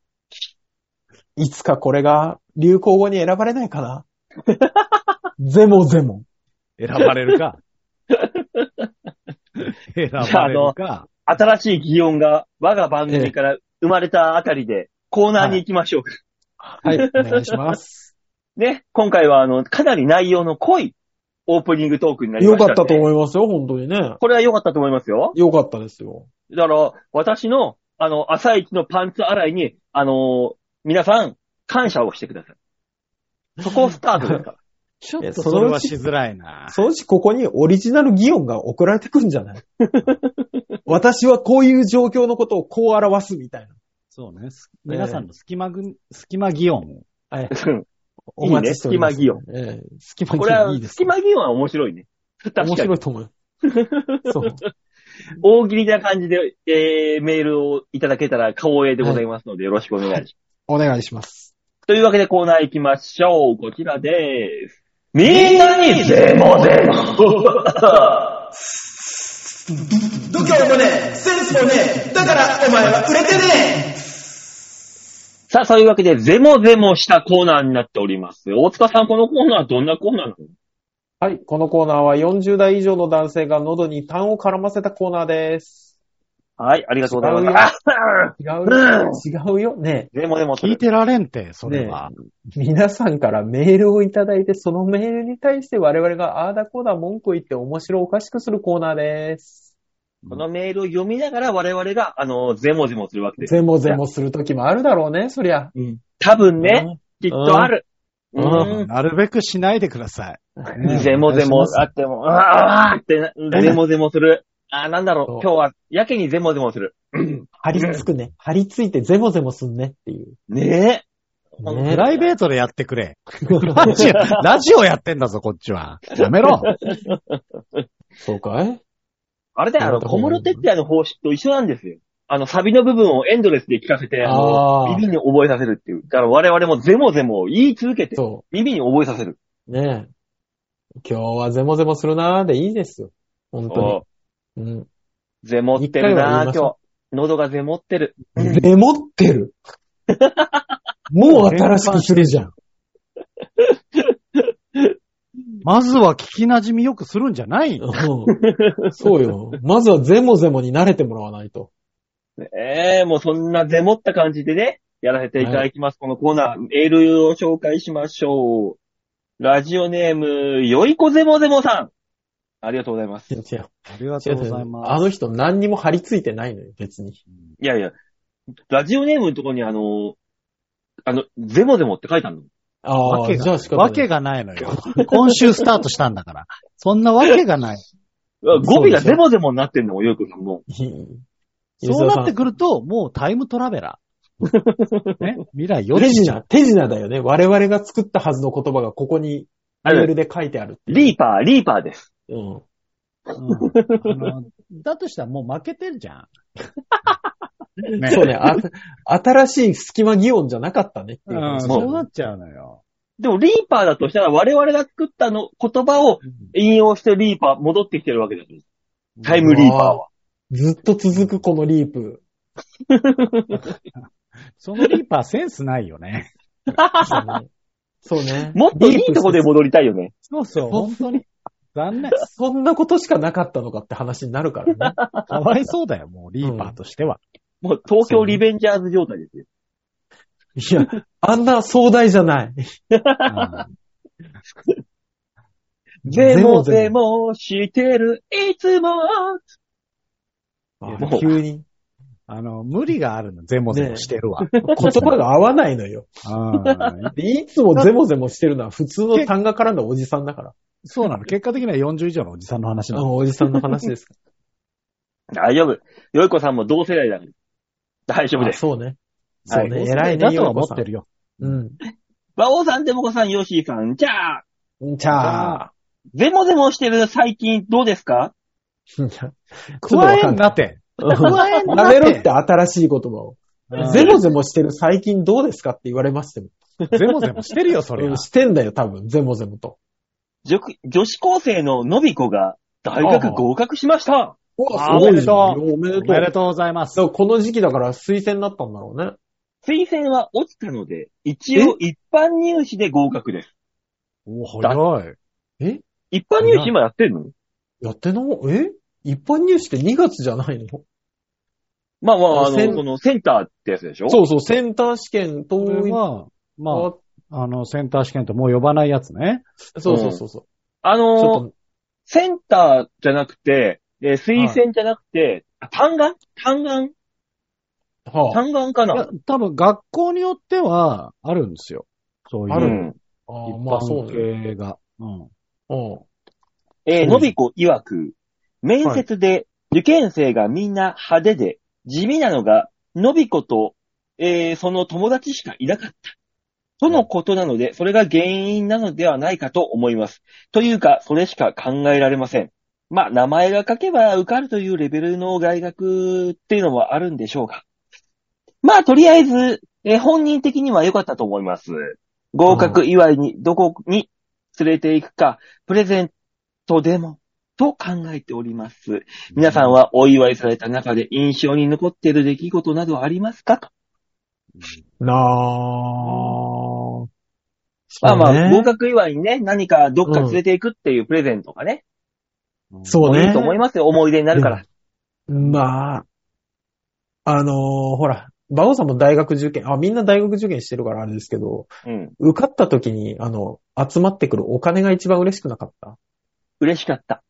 いつかこれが流行語に選ばれないかなゼモゼモ。選ばれる *laughs* か。選ばれるか。新しい擬音が我が番組から生まれたあたりでコーナーに行きましょうか。はい、お願いします。ね。今回は、あの、かなり内容の濃いオープニングトークになりまよしたかんで。ったと思いますよ、本当にね。これは良かったと思いますよ。よかったですよ。だから、私の、あの、朝一のパンツ洗いに、あのー皆さん、感謝をしてください。そこスタートですから。ちょえっとそのうちそれはしづらいな。そのうちここにオリジナル擬音が送られてくんじゃない私はこういう状況のことをこう表すみたいな。そうね。す皆さんの隙間ぐ、隙間擬音を。はいい。 *laughs* おいね待ちしております。隙間間擬音。ええ、隙間これ擬は音いい、です隙ね。間議論は面白いね。確かに。面白いと思うよ。そう。大喜利な感じで、えー、メールをいただけたら光栄でございますので、よろしくお願いします。お願いします。というわけでコーナー行きましょう。こちらです。みんなにゼモゼモ度胸もねえ、センスもねえ、だからお前は売れてねえさあ、そういうわけで、ゼモゼモしたコーナーになっております。大塚さん、このコーナーはどんなコーナーなのはい、このコーナーは40代以上の男性が喉に痰を絡ませたコーナーです。はい、ありがとうございます。あ違うよ。違うよ。ねゼモゼモす聞いる。てられんて、それは。え皆さんからメールをいただいて、そのメールに対して我々があーだこーだ文句言って面白おかしくするコーナーです。このメールを読みながら我々が、あの、ゼモゼモするわけです。ゼモゼモするときもあるだろうね、そりゃ。多分ね、きっとある。ううんん。なるべくしないでください。 *laughs* うん。ゼモゼお願モいしますあっても、あーあーってな、ゼモゼモする。あー、なんだそろうう、今日は、やけにゼモゼモする。張り付くね。張り付いてゼモゼモすんねっていう。ねえ。ねプライベートでやってくれ。ラジオ、 *laughs* ラジオやってんだぞ、こっちは。やめろ。 *laughs* そうかいあれだよ、あの、小室哲也の方式と一緒なんですよ。あの、サビの部分をエンドレスで聞かせて、あのあー耳に覚えさせるっていう。だから我々もゼモゼモを言い続けて、そ耳に覚えさせる。う。ねえ。今日はゼモゼモするなーでいいですよ。本当そに。うん。うゼモってるな一回は言いまぁ、しょ今日。喉がゼモってる。メモっ *laughs* てる。もう新しくするじゃん。まずは聞き馴染みよくするんじゃないうんそうよ。まずはゼモゼモに慣れてもらわないと。ええもうそんなゼモった感じでね、やらせていただきます。このコーナー、メールを紹介しましょう。ラジオネーム、よいこゼモゼモさん。ありがとうございます。いや違うありがとうございまあの人何にも張り付いてないのよ、別に。いやいや、ラジオネームのところにあの、あの、ゼモゼモって書いてあるのああ、けがじゃあ仕す。方ない。わけがないのよ。今週スタートしたんだから。そんなわけがない。うわ語尾がそうでしょゼモゼモになってんのも、よいこさんも。そうなってくくると、もうタイムトラベラ *laughs* ー。ね、未来よ手りちゃ品、手品だよね。我々が作ったはずの言葉がここにあメーれル、で書いてあるっていう。リーパー、リーパーです。うん。う、うんあのだとしたらもう負けてるじゃん。 *laughs* ね *laughs* そうね、あ、新しい隙間擬音じゃなかったねっていううん、話そうそうなっちゃうのよ。でも、リーパーだとしたら、我々が作ったの、言葉を引用してリーパー、戻ってきてるわけです。タイムリーパーは。ずっと続くこのリープ。そのリーパーセンスないよね。そう *laughs* ね。そうねもっといいとこで戻りたいよね。そうそう、本当に。残 *laughs* 念。そんなことしかなかったのかって話になるからね。かわいそうだよ、もうリーパーとしては。もう、東京リベンジャーズ状態ですよ。いや、あんな壮大じ *laughs* ゃない。うんゼモゼゼモしてる、いつも。あもう急に。あの、無理があるの、ゼモゼモしてるわ。言葉が合わないのよ。うんでいつもゼモゼモしてるのは普通の単語からのおじさんだから。そうなの。結果的には40以上のおじさんの話なあの。おじさんの話 *laughs* ですか。大丈夫。よいこさんも同世代だから。大丈夫であす。そうね。 *laughs* そうね。はい偉いね。だとは思ヨーコさってんるよ。うん。馬王さん、デモコさん、ヨッシーさん、じゃあ、じゃあ、ゼモゼモしてる最近どうですか *laughs* ちょっと加わえかんんなな。いって。うん加えんやなて。めろって新しい言葉を。うんゼモゼモしてる最近どうですかって言われましても。ゼモゼモしてるよ、それうはん。してんだよ、多分。ゼモゼモと。女女子高生ののびこが大学合格しましたうあーじゃんおおおめでとう。めでとうございます。だからこの時期だから推薦だったんだろうね。推薦は落ちたので、一応一般入試で合格です。お、早い。一般入試今やってんのやってのえ一般入試って2月じゃないのまあまあ、あセの、ンこのセンターってやつでしょそうそう、センター試験と、これは、まあ、あの、センター試験ともう呼ばないやつね。そうそうそう。そうあちのーょっセンターじゃなくて、えー推薦じゃなくて、あ単眼単眼と、は単眼かいやな、多分学校によってはあるんですよ。そういう。あるうんあ、一ああまあそう般ね。系が。うん。うんえうー、んのびこ曰く、面接で受験生がみんな派手で、地味なのが、のびこと、えーその友達しかいなかった。とのことなので、それが原因なのではないかと思います。というか、それしか考えられません。まあ、名前が書けば受かるというレベルの大学っていうのはあるんでしょうか。まあ、とりあえず、えー本人的には良かったと思います。合格祝いにどこに連れて行くか、プレゼンとでも、と考えております。皆さんはお祝いされた中で印象に残っている出来事などありますかと。なあ。まあまそうあ、ね合格祝いにね、何かどっか連れていくっていうプレゼントがね、うん。そうね。いいと思いますよ。思い出になるから。まあ、あのーほら、馬王さんも大学受験、あ、みんな大学受験してるからあれですけど、うん。受かった時に、あの、集まってくるお金が一番嬉しくなかった。嬉しかった。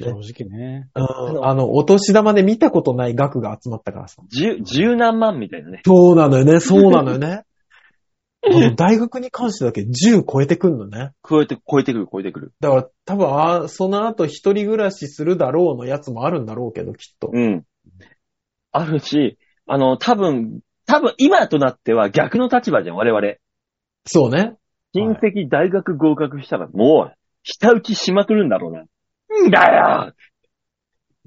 正直ね。うん、あの、お年玉で見たことない額が集まったからさ。十、十何万みたいなね。そうなのよね、そうなのよね。あの大学に関してだけ10超えてくんのね。超えて、超えてくる、超えてくる。だから多分、あーその後一人暮らしするだろうのやつもあるんだろうけど、きっと。うん。あるし、あの、多分、多分今となっては逆の立場じゃん、我々。そうね。親戚大学合格したらもう、下打ちしまくるんだろうな。んだよ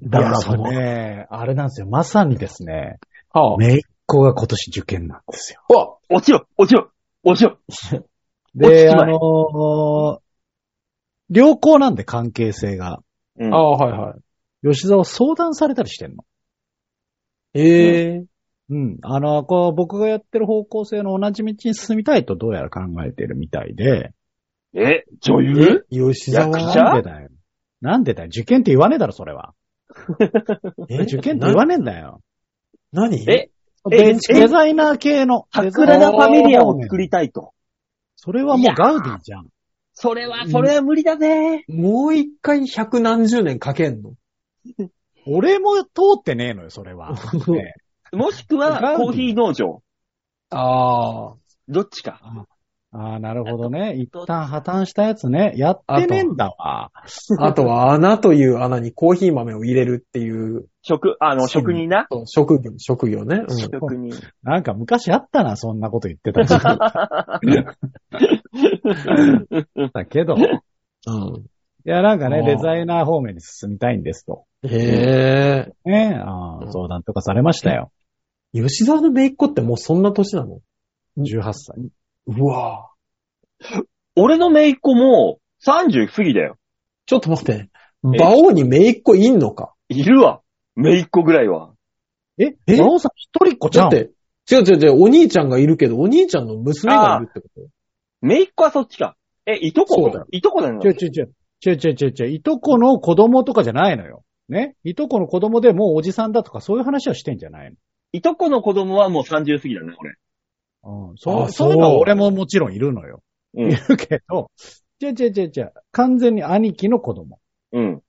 だからそそのれね、あれなんですよ。まさにですね、はあ、めいっ子が今年受験なんですよ。うわ落ちろ落ちろ落ちろ落ちで、ちあまえのー良好なんで関係性が。うんああ、はいはい。吉沢を相談されたりしてんの。ええうん。あの、こう、僕がやってる方向性の同じ道に進みたいとどうやら考えてるみたいで、え、女優吉沢役者なんでだよ。なんでだよ。受験って言わねえだろ、それは。受験って言わねえんだよ。何えデデザイナー系の。桜田ファミリアを作りたいと。それはもうガウディじゃん。それは、それは無理だぜ。もう一回百何十年かけんの俺も通ってねえのよ、そ *laughs* れは。ねもしくは、コーヒー農場。ああ。どっちか。ああ、なるほどね。一旦破綻したやつね。やってねえんだわ。あとは穴という穴にコーヒー豆を入れるっていう、職、あの、職人な。職業、職業ね。うん職人。なんか昔あったな、そんなこと言ってた時期だけど。いうん。や、なんかね、あーデザイナー方面に進みたいんですと。へえ。ねあー相談とかされましたよ。吉沢の姪っ子ってもうそんな年なの18歳。うわぁ。俺の姪っ子も、30過ぎだよ。ちょっと待って。馬王に姪っ子いんのかいるわ。姪っ子ぐらいは。え、え馬王さん一人っ子ちだゃっんて、違う違う違う、お兄ちゃんがいるけど、お兄ちゃんの娘がいるってこ姪っ子はそっちか。え、いとそこうだよいとこだよち。ょちょちょ、ちょちょちょちょ、いとこの子供とかじゃないのよ。ねいとこの子供でもうおじさんだとかそういう話はしてんじゃないいとこの子供はもう30過ぎだね、俺。の。うん。そあう、そういうのはそう俺ももちろんいるのよ。うんいるけど、ちょちょちょちょ、完全に兄貴の子供。うん。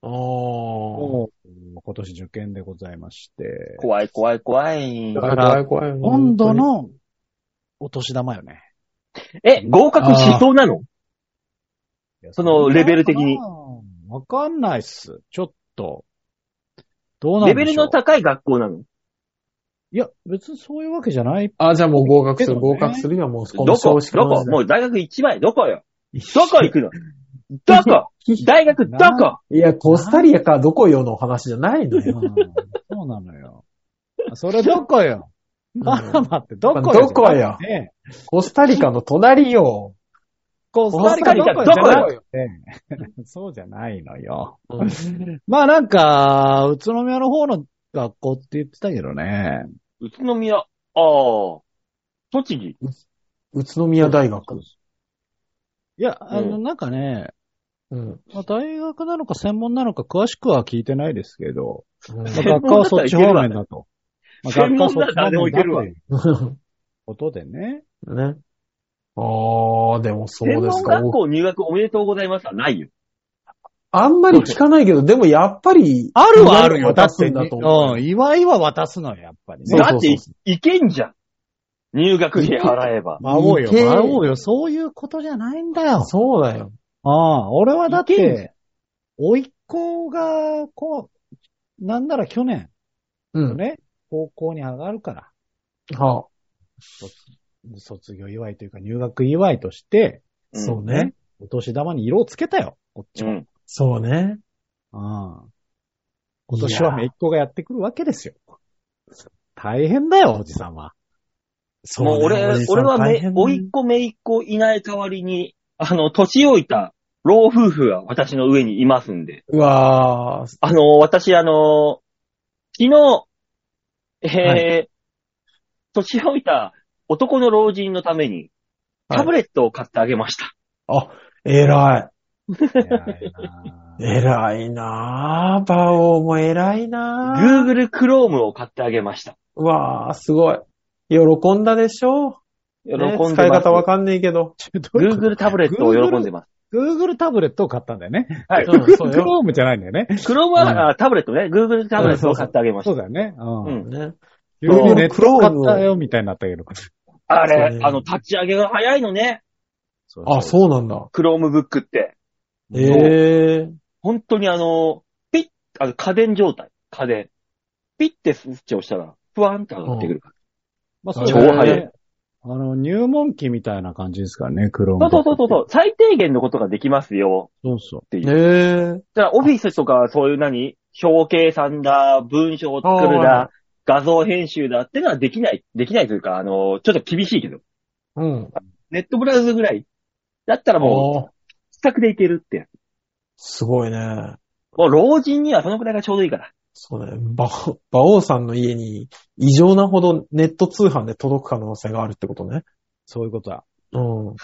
ともう今年受験でございまして。怖い、怖い、怖い。ああ。だからい怖い。今度のお年玉よね。え、合格しそうなのそのレベル的に。わかんないっす。ちょっと。どうなんでレしょベルのう高い学校なのいや、別にそういうわけじ *laughs* ゃない。あ、じゃあもう合格すける、どね合格するにはもうどこどこもう。う大学一番どこよどこ行くのど *laughs* こ大学どこいや、コスタリアかどこよの話じゃない *laughs* のうんよ。そうなのよ。それどこよパナマってどこよどこよねコスタリカの隣よ。コスタリカどこよコスタリカどこよじゃなくてそうじゃないのよ。まあなんか、宇都宮の方の学校って言ってたけどね。宇都宮。ああ。栃木。宇都宮大学。いや、あの、うなんかね、うん。まあ、大学なのか専門なのか詳しくは聞いてないですけど、うんまあ、学科はそっち方面だと。まあ、 *laughs* 専学科門はそっならち方誰でも面いだけとるわいう *laughs* ことでね。ね。ああ、でもそう専で門すか。学校入学おめでとうございますはないよ。あんまり聞かないけど、でもやっぱり、あるはあるよ。岩井がだ渡って、すんだと思う、うん祝いは渡すのよ、やっぱりそうね。だそっうそうていけんじゃん。入学費払えば。魔王よ、いけ魔王よ、そういうことじゃないんだよ。そうだよ。ああ、俺はだっいけんじて、甥っ子が、こう、なんなら去年、うん。ね、高校に上がるから、はあ、卒業祝いというか入学祝いとして、んそうね。お年玉に色をつけたよ、こっちうも。ん。そうね。ああ今年はめいっ子がやってくるわけですよ。大変だよ、おじさん *laughs* は。そもう俺、俺はめ、おいっい、子めいっ子いない代わりに、あの、年老いた老夫婦が私の上にいますんで。うわーあの、私、あの、昨日、えーは年老いた男の老人のために、はいタブレットを買ってあげました。偉。偉いない偉いなぁ。バオも偉いなぁ。 Google Chrome を買ってあげました。うわぁ、すごい。喜んだでしょ喜う、んでます。使い方わかんねえけど。 Google タブレットを喜んでます。 Google タブレットを買ったんだよね。はい。うんそう Google *laughs* よ。 Chrome じゃないんだよね。 Chrome は、あタブレットね。Google タブレットを買ってあげましそたう。だよね。う。うんんね、急にネット買ったよ、みたいになったけど。あそうれ、ねあの、立ち上げが早いのね。あ、そうなんだ。 Chromebook って。ええ本当にあの、ピッ、あの、家電状態。家電。ピッてスイッチを押したら、ふわーんって上がってくる。まあ、超そうだよね早い。あの、入門機みたいな感じですからね、Chrome。そうそうそうそうそう。最低限のことができますよ。そうそう。っていう。ええだから、オフィスとか、そういう何表計算だ、文章を作るあだ、画像編集だってのはできない、できないというか、あの、ちょっと厳しいけど。うん。ネットブラウズぐらい。だったらもう、おー自宅でいけるってやつ。すごいね。もう、老人にはそのくらいがちょうどいいから。そうね。バオ、バオさんの家に異常なほどネット通販で届く可能性があるってことね。そういうことだ。うん。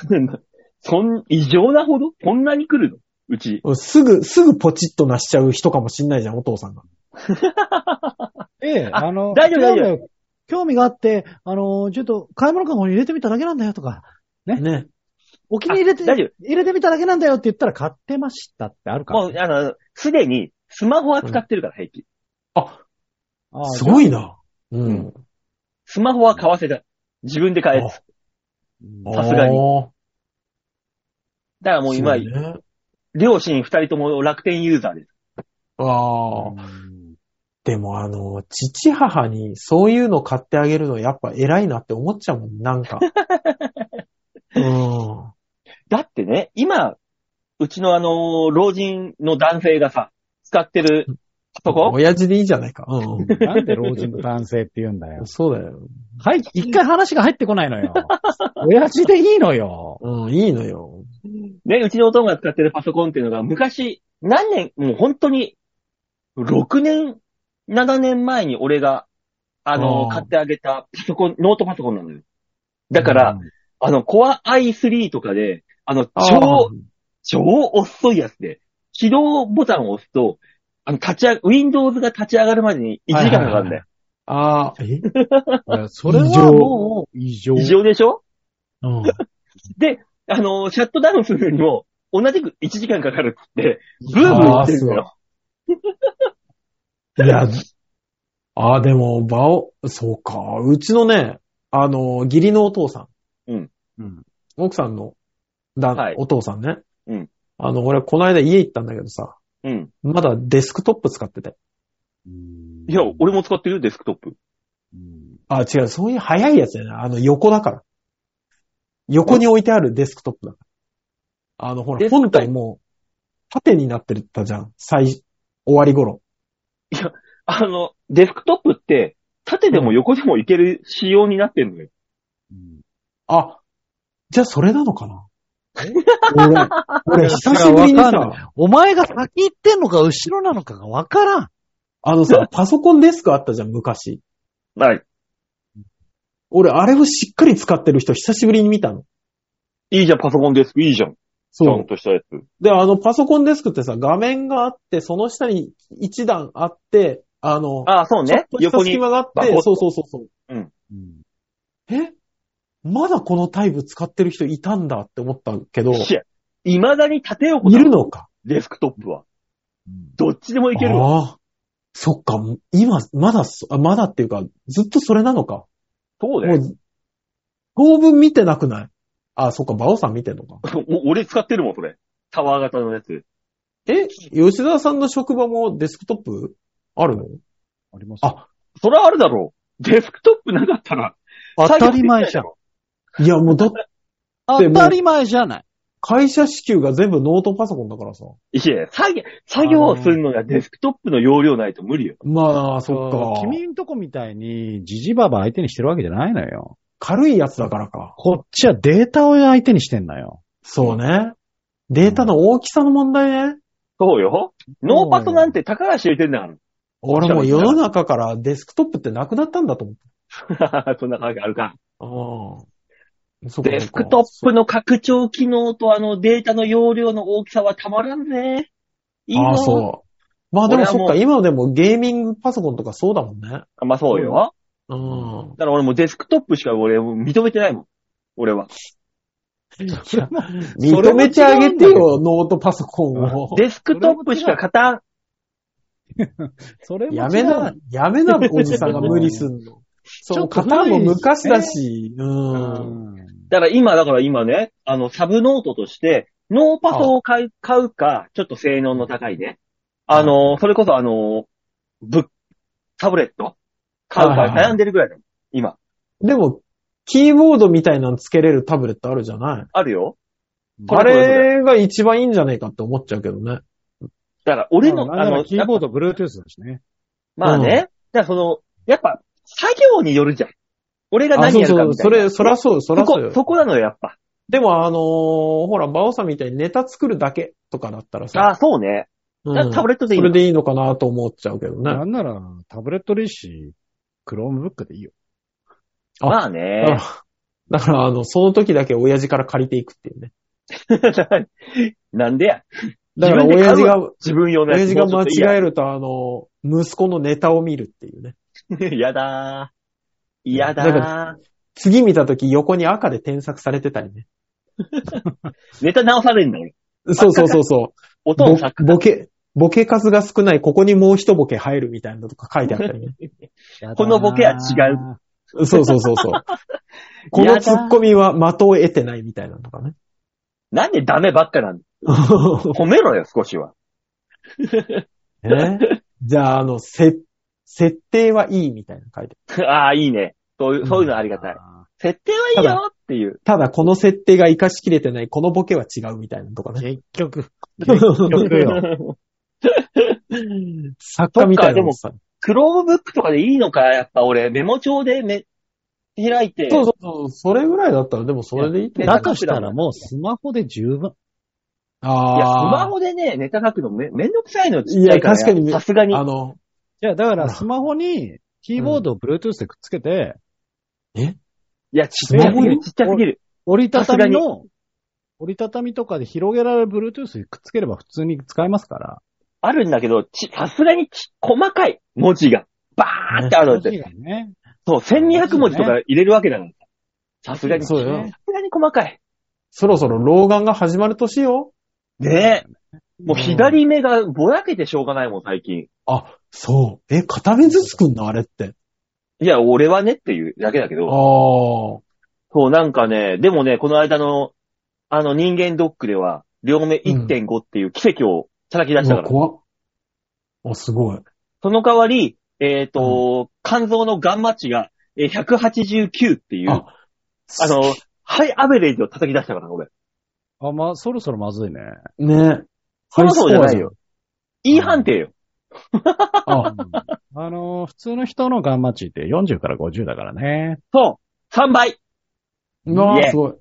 そん、異常なほどこんなに来るのうち。すぐ、すぐポチッとなしちゃう人かもしんないじゃん、お父さんが。ええ、ああの、大丈夫大丈夫興味が興味があって、あの、ちょっと買い物カゴに入れてみただけなんだよとか、えね。お気に入れて、あ大丈夫入れてみただけなんだよって言ったら買ってましたってあるからもう、あの、すでに、スマホは使ってるから、平気。。ああ。すごいな。うんスマホは買わせた。自分で買える。うあんさすがにに。だからもう今、そうね両親二人とも楽天ユーザーです。ああ。でもあの、父母にそういうの買ってあげるのやっぱ偉いなって思っちゃうもん、なんか。うん。だってね、今、うちのあの、老人の男性がさ、使ってるパソコン親父でいいじゃないか。うんうなんで老人の男性って言うんだよん。。そうだよ。 *laughs* はい、一回話が入ってこないのよ。 *laughs* 親父でいいのよ。うん、いいのよ。ね、うちのお父が使ってるパソコンっていうのが昔、何年、もう本当に、6年、7年前に俺が、あの、あー買ってあげたパソコン、ノートパソコンなのよ。だから、うん、あの、コア i3 とかで、あの、あ超ー、超遅いやつで、起動ボタンを押すと、あの、立ち上、Windows が立ち上がるまでに1時間かかるんだよ。ああ、ええそれはもう異常。異常でしょうん。で、あの、シャットダウンするのにも、同じく1時間かかるっつって、ブーブー言ってるんだよ。いや、ああ、でも、バオ、そうか。うちのね、あの、義理のお父さん。うん。うん。奥さんの、だ、はいお父さんね。うん。あの、俺、この間家行ったんだけどさ、うん。まだデスクトップ使ってて。いや、俺も使ってるよ、デスクトップ。うん。あ、違う、そういう早いやつだよな。あの、横だから。横に置いてあるデスクトップだから。あの、ほデスクら、トッ本プ体も、縦になってたじゃん。最、終わり頃。あの、デスクトップって、縦でも横でもいける仕様になってるのよ。うんあ、じゃあそれなの *laughs* かな俺、俺、久しぶりにいやわかんさ、お前が先行ってんのか後ろなのかがわからん。あ *laughs* のさ、パソコンデスクあったじゃん、昔。はい。俺、あれをしっかり使ってる人、久しぶりに見たの。いいじゃん、パソコンデスク、いいじゃん。ちそゃ。うんとしたやつ。で、あの、パソコンデスクってさ、画面があって、その下に一段あって、あの、ああ、そうちょっね。とした横に隙。間があっバてコッ、とそうそうそうそう。うんえまだこのタイプ使ってる人いたんだって思ったけど、いいまだに縦横だるのか。デスクトップは。どっちでもいけるわ。ああ。そっか、今、まだそ、あまだっていうか、ずっとそれなのか。そうだもよ。う、当分見てなくないあ、そっか、バオさん見てんのか。お俺使ってるもん、それ。タワー型のやつ。え吉沢さんの職場もデスクトップあるのありますあそらあるだろう。デスクトップなかったら。当たり前じゃん。いや、もうだって、当でもたり前じゃない。会社支給が全部ノートパソコンだからさ。いや、作業、作業するのがデスクトップの容量ないと無理よ。まあ、そっか。君んとこみたいに、ジジババ相手にしてるわけじゃないのよ。軽いやつだからか。こっちはデータを相手にしてんの *laughs* よ。そうね。データの大きさの問題ね。そうよ。ノーパソなんて高橋言ってんだ俺もう世の中からデスクトップってなくなったんだと思から。 *laughs* そんなわけあるか。った。うん。そっかデスクトップの拡張機能とあのデータの容量の大きさはたまらんね。いいあのあ、そう。まあでもそっ俺はもか、う今でもゲーミングパソコンとかそうだもんね。まあそうよ。うん。だから俺もうデスクトップしか俺もう認めてないもん。俺は。認めてあげてよ、ノートパソコンを。デスクトップしか勝たん。それも違うやめな。、やめな、おじさんが無理す *laughs* んの。ちそょう、っと型も昔だし、ううん。ん。だから今、だから今ね、あの、サブノートとして、ノーパソを買い買うか、ちょっと性能の高いね。あの、それこそあの、ぶっ、タブレット買うかはい悩んでるぐらいだもん。今。でも、キーボードみたいなのつけれるタブレットあるじゃないあるよ。こあれこれこれれが一番いいんじゃねえかって思っちゃうけどね。だから俺の、ああのの、、キーボード、ブルートゥースだしね。まあね。だからその、やっぱ、作業によるじゃん。俺があ、何そうやるそかう、みたそいな。れ、そらそう、そそらそこ、うよ。そこなのよ、やっぱ。でも、あのーほら、バオさんみたいにネタ作るだけとかだったらあさ、あ、そうね。うんだからタブレットでいいそのれでいいのかなと思っちゃうけどねな。んなら、タブレットでいいし、クロームブックでいいよ。あまあだかね。ら、だからあの、その時だけ親父から借りていくっていうね。 *laughs* なんでや。だから親父が、自分用のや親つ父が間違えると、あの、息子のネタを見るっていうね。え *laughs* る。やだー。やだなんー。次見たとき横に赤で添削されてたりね。ネタ直されんの俺。そうそうそうそう。おぼ父さんかボケ、ボケ数が少ない、ここにもう一ボケ入るみたいなのとか書いてあったり *laughs* ね。このボケは違う。そうそうそうそう。このツッコミは的を得てないみたいなのとか *laughs* ね。なんでダメばっかなんだ褒めろよ、少しは。 *laughs* ねじゃあ、あの、せ、設定はいいみたいなの書いてある。ああ、いいね。そういう、そういうのありがたい。設定はいいただよっていう。ただ、この設定が活かしきれてない、このボケは違うみたいなのと *laughs* かね。結局、結局よ。作家みたいなのさ。クロームブックとかでいいのか、やっぱ俺、メモ帳でめ、開いて。そうそうそう。それぐらいだったら、でもそれでいいと思う。だとしたらもうスマホで十分。あいや、スマあ。ホでね、ネタ書くのめ、めんどくさいのちっいちゃいや、から。確かに、さすがに。あの、いや、だからスマホにキーボードを Bluetooth でくっつけて、いや、ちっちゃすぎる、ちっちゃすぎる。折りたたみの、折りたたみとかで広げられる Bluetooth にくっつければ普通に使えますから。あるんだけど、ち、さすがにち、細かい文字が、バーってあるのって。文字がね。そう、1200文字とか入れるわけだから。さすがに、さそうよ。すがに細かい。そろそろ老眼が始まる年よ。ねえ。もううん左目がぼやけてしょうがないもん、最近。あ、そう。え、片目ずつくんのあれって。いや、俺はねっていうだけだけあど。あ。そう、なんかね、でもね、この間の、あの人間ドックでは、両目1.5っていう奇跡を叩き出したから。うわ怖っ。あ、すごい。その代わり、えっ、と、肝臓のガンマ値がえー189っていう、ああの、ハイアベレージを叩き出したから、俺。あ、まあ、そろそろまずいね。ねえ。そろそろじゃないよ。E 判定よ。ハイスコアじゃん。あ、あのー、普通の人のガンマ値って40から50だからね。そう。3倍。う *laughs* わいえーすごい。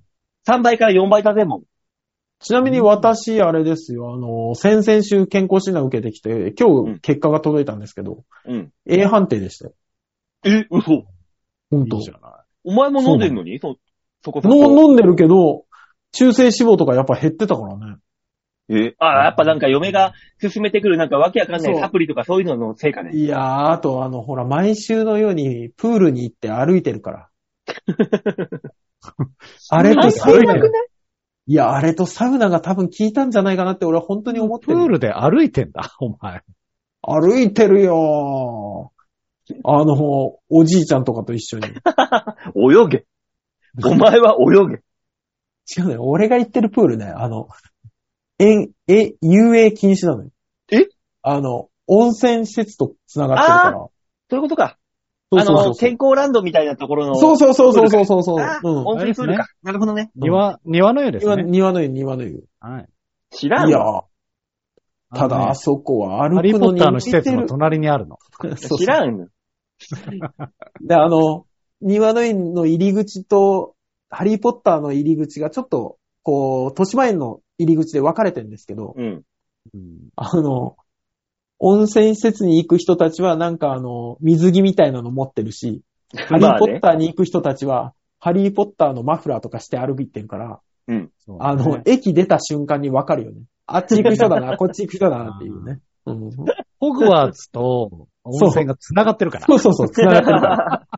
3倍から4倍だぜ、もん。ちなみに私、あれですよ、あの、先々週健康診断受けてきて、今うん日結果が届いたんですけど、うん。 A 判定でしたよ。え、嘘。ほんいとい。じゃなお前も飲んでんのにそ、そこそこ。の飲んでるけど、中性脂肪とかやっぱ減ってたからね。えあ、やっぱなんか嫁が勧めてくるなんかわけわかんなそいうサプリとかそういうののせいかね。いやー、あとあの、ほら、毎週のようにプールに行って歩いて *laughs* るから。あれとサ関ウ係ナながく、ないいや、あれとサウナが多分効いたんじゃないかなって俺は本当に思っいてプる。ールで歩いてんだ、お前。歩いてるよーあの、おじいちゃんとかと一 *laughs* 緒に。泳げ。 *laughs* お前は泳げ。違うね。俺が行ってるプールね、あの、え、え、遊泳禁止なのよ。えあの、温泉施設と繋がってるから。そういうことか。そうあそうの、そう健康ランドみたいなところの。そうそうそうそうそうそうそう。あうん温泉プールあれでか。なるほどね。庭、庭の絵です庭ね。庭の湯、庭の湯。はい。知らんいやわ。ただ、あのあねそこはハ歩リーくポのッにターの施設の似て隣にあるの。るそうそう *laughs* 知らん。で、あの、庭の湯の入り口と、ハリーポッターの入り口がちょっと、こう、豊島園の入り口で分かれてるんですけど、うん。うんあの、温泉施設に行く人たちはなんかあの、水着みたいなの持ってるし、ハリまーあポねッターに行く人たちは、ハリーポッターのマフラーとかして歩いてるから、そうねあの、駅出た瞬間に分かるよね。あっち行く人だな、こっち行く人だなっていうね。 *laughs* うん、ホグワーツと温泉が繋がってるから。そうそうそう、繋がってる *laughs* か *laughs*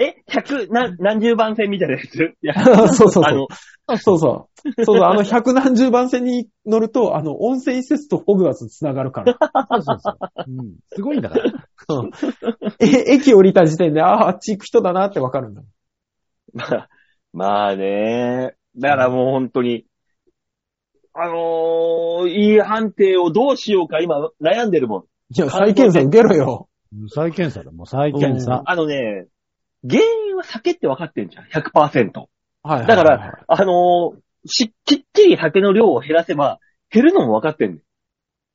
え、100、な、何十番線みたいなやつ *laughs* いや、ら。そうそうそう。あの、そうそう。そうそう。あの、百何十番線に乗ると、あの、温泉施設とホグワーツ繋がるから。そうそうそう。うん。すごいんだから。え、駅降りた時点で、ああ、あっち行く人だなってわかるんだ。まあ、まあね。だからもう本当に、あのー、いい判定をどうしようか今悩んでるもん。いや、再検査受けろよ。再検査だ、もう再検査。あのね、原因は酒って分かってんじゃん。100%。はいはいはい。だから、あのー、し、きっちり酒の量を減らせば、減るのも分かってんね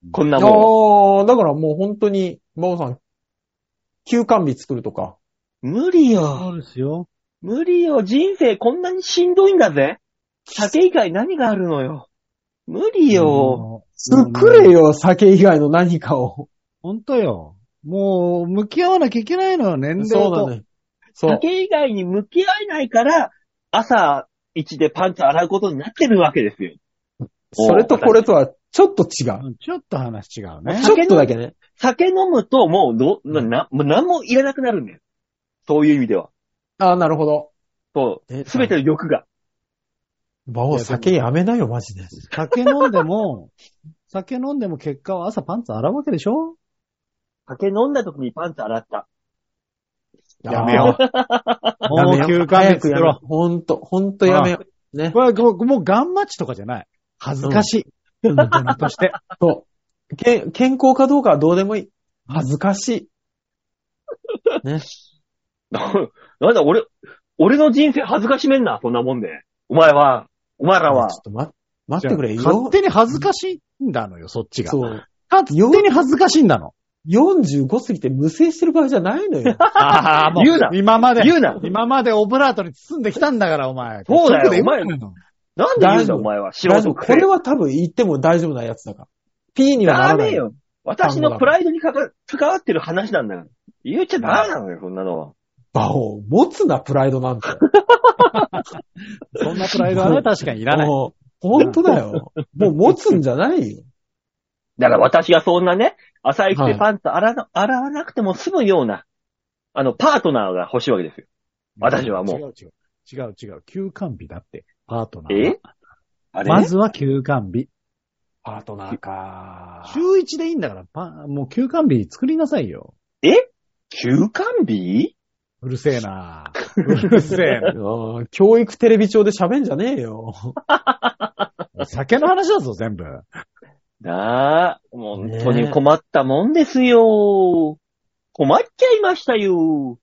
んこんなもああ、だからもう本当に、馬尾さん、休館日作るとか。ん。無理よ。そうですよ。無理よ。人生こんなにしんどいんだぜ。酒以外何があるのよ。無理よ。作れよ、酒以外の何かを。ほんとよ。もう、向き合わなきゃいけないのよ、年齢と。そうだね。そう。酒以外に向き合えないから、朝一でパンツ洗うことになってるわけですよ。それとこれとはちょっと違う。ちょっと話違うね。ちょっとだけね。酒飲むともうど、な、な、もう何もいらなくなるんだよ。そういう意味では。ああ、なるほど。そう。えすべての欲が。バオ、酒やめなよ、マジで。酒飲んで *laughs* も、酒飲んでも結果は朝パンツ洗うわけでしょ酒飲んだ時にパンツ洗った。やめよう。やもうめよ休暇早月くしやめろよ。う。ほんと、ほんとやめよう。ね。これはこうもうガンマッチとかじゃない。恥ずかしい。うん大人として。そう。け健康かどうかはどうでもいい。恥ずかしい。ね。 *laughs* なんだ、俺、俺の人生恥ずかしめんな、そんなもんで。お前は、お前らはちょ。っと待待ってくれ。勝よ手に恥ずかしいんだのよ、そっちが。そう。勝手に恥ずかしいんだの。 45過ぎて無制してる場合じゃないのよ。ああ、もう。言うな今まで。言うな今までオブラートに包んできたんだから、お前。そうだよ直で言お前なんで言うんだ、お前は。素大人丈夫。くこせにれは多分言っても大丈夫なやつだから。P にはなダらなメい。よ。私のプライドにかか、関わってる話なんだから。言っちゃダメなのよ、そんなのは。バオ、持つな、プライドなんて。そんなプライドはね、確かにいらない。もう本当だよ。もう持つんじゃないよ。だから私がそんなね、朝行ってパンツ洗な洗わなくても済むような、あの、パートナーが欲しいわけですよ。私はもう違う違う。違う違う。休館日だって、パートナーえが。あれ、まずは休館日。パートナーか週一でいいんだから、パもう休館日作りなさいよ。休館日うるせえなうるせえなうん教育テレビ帳で喋んじゃねえよ。酒の話だぞ、全部。なあ、もうね本え当に困ったもんですよ。困っちゃいましたよ。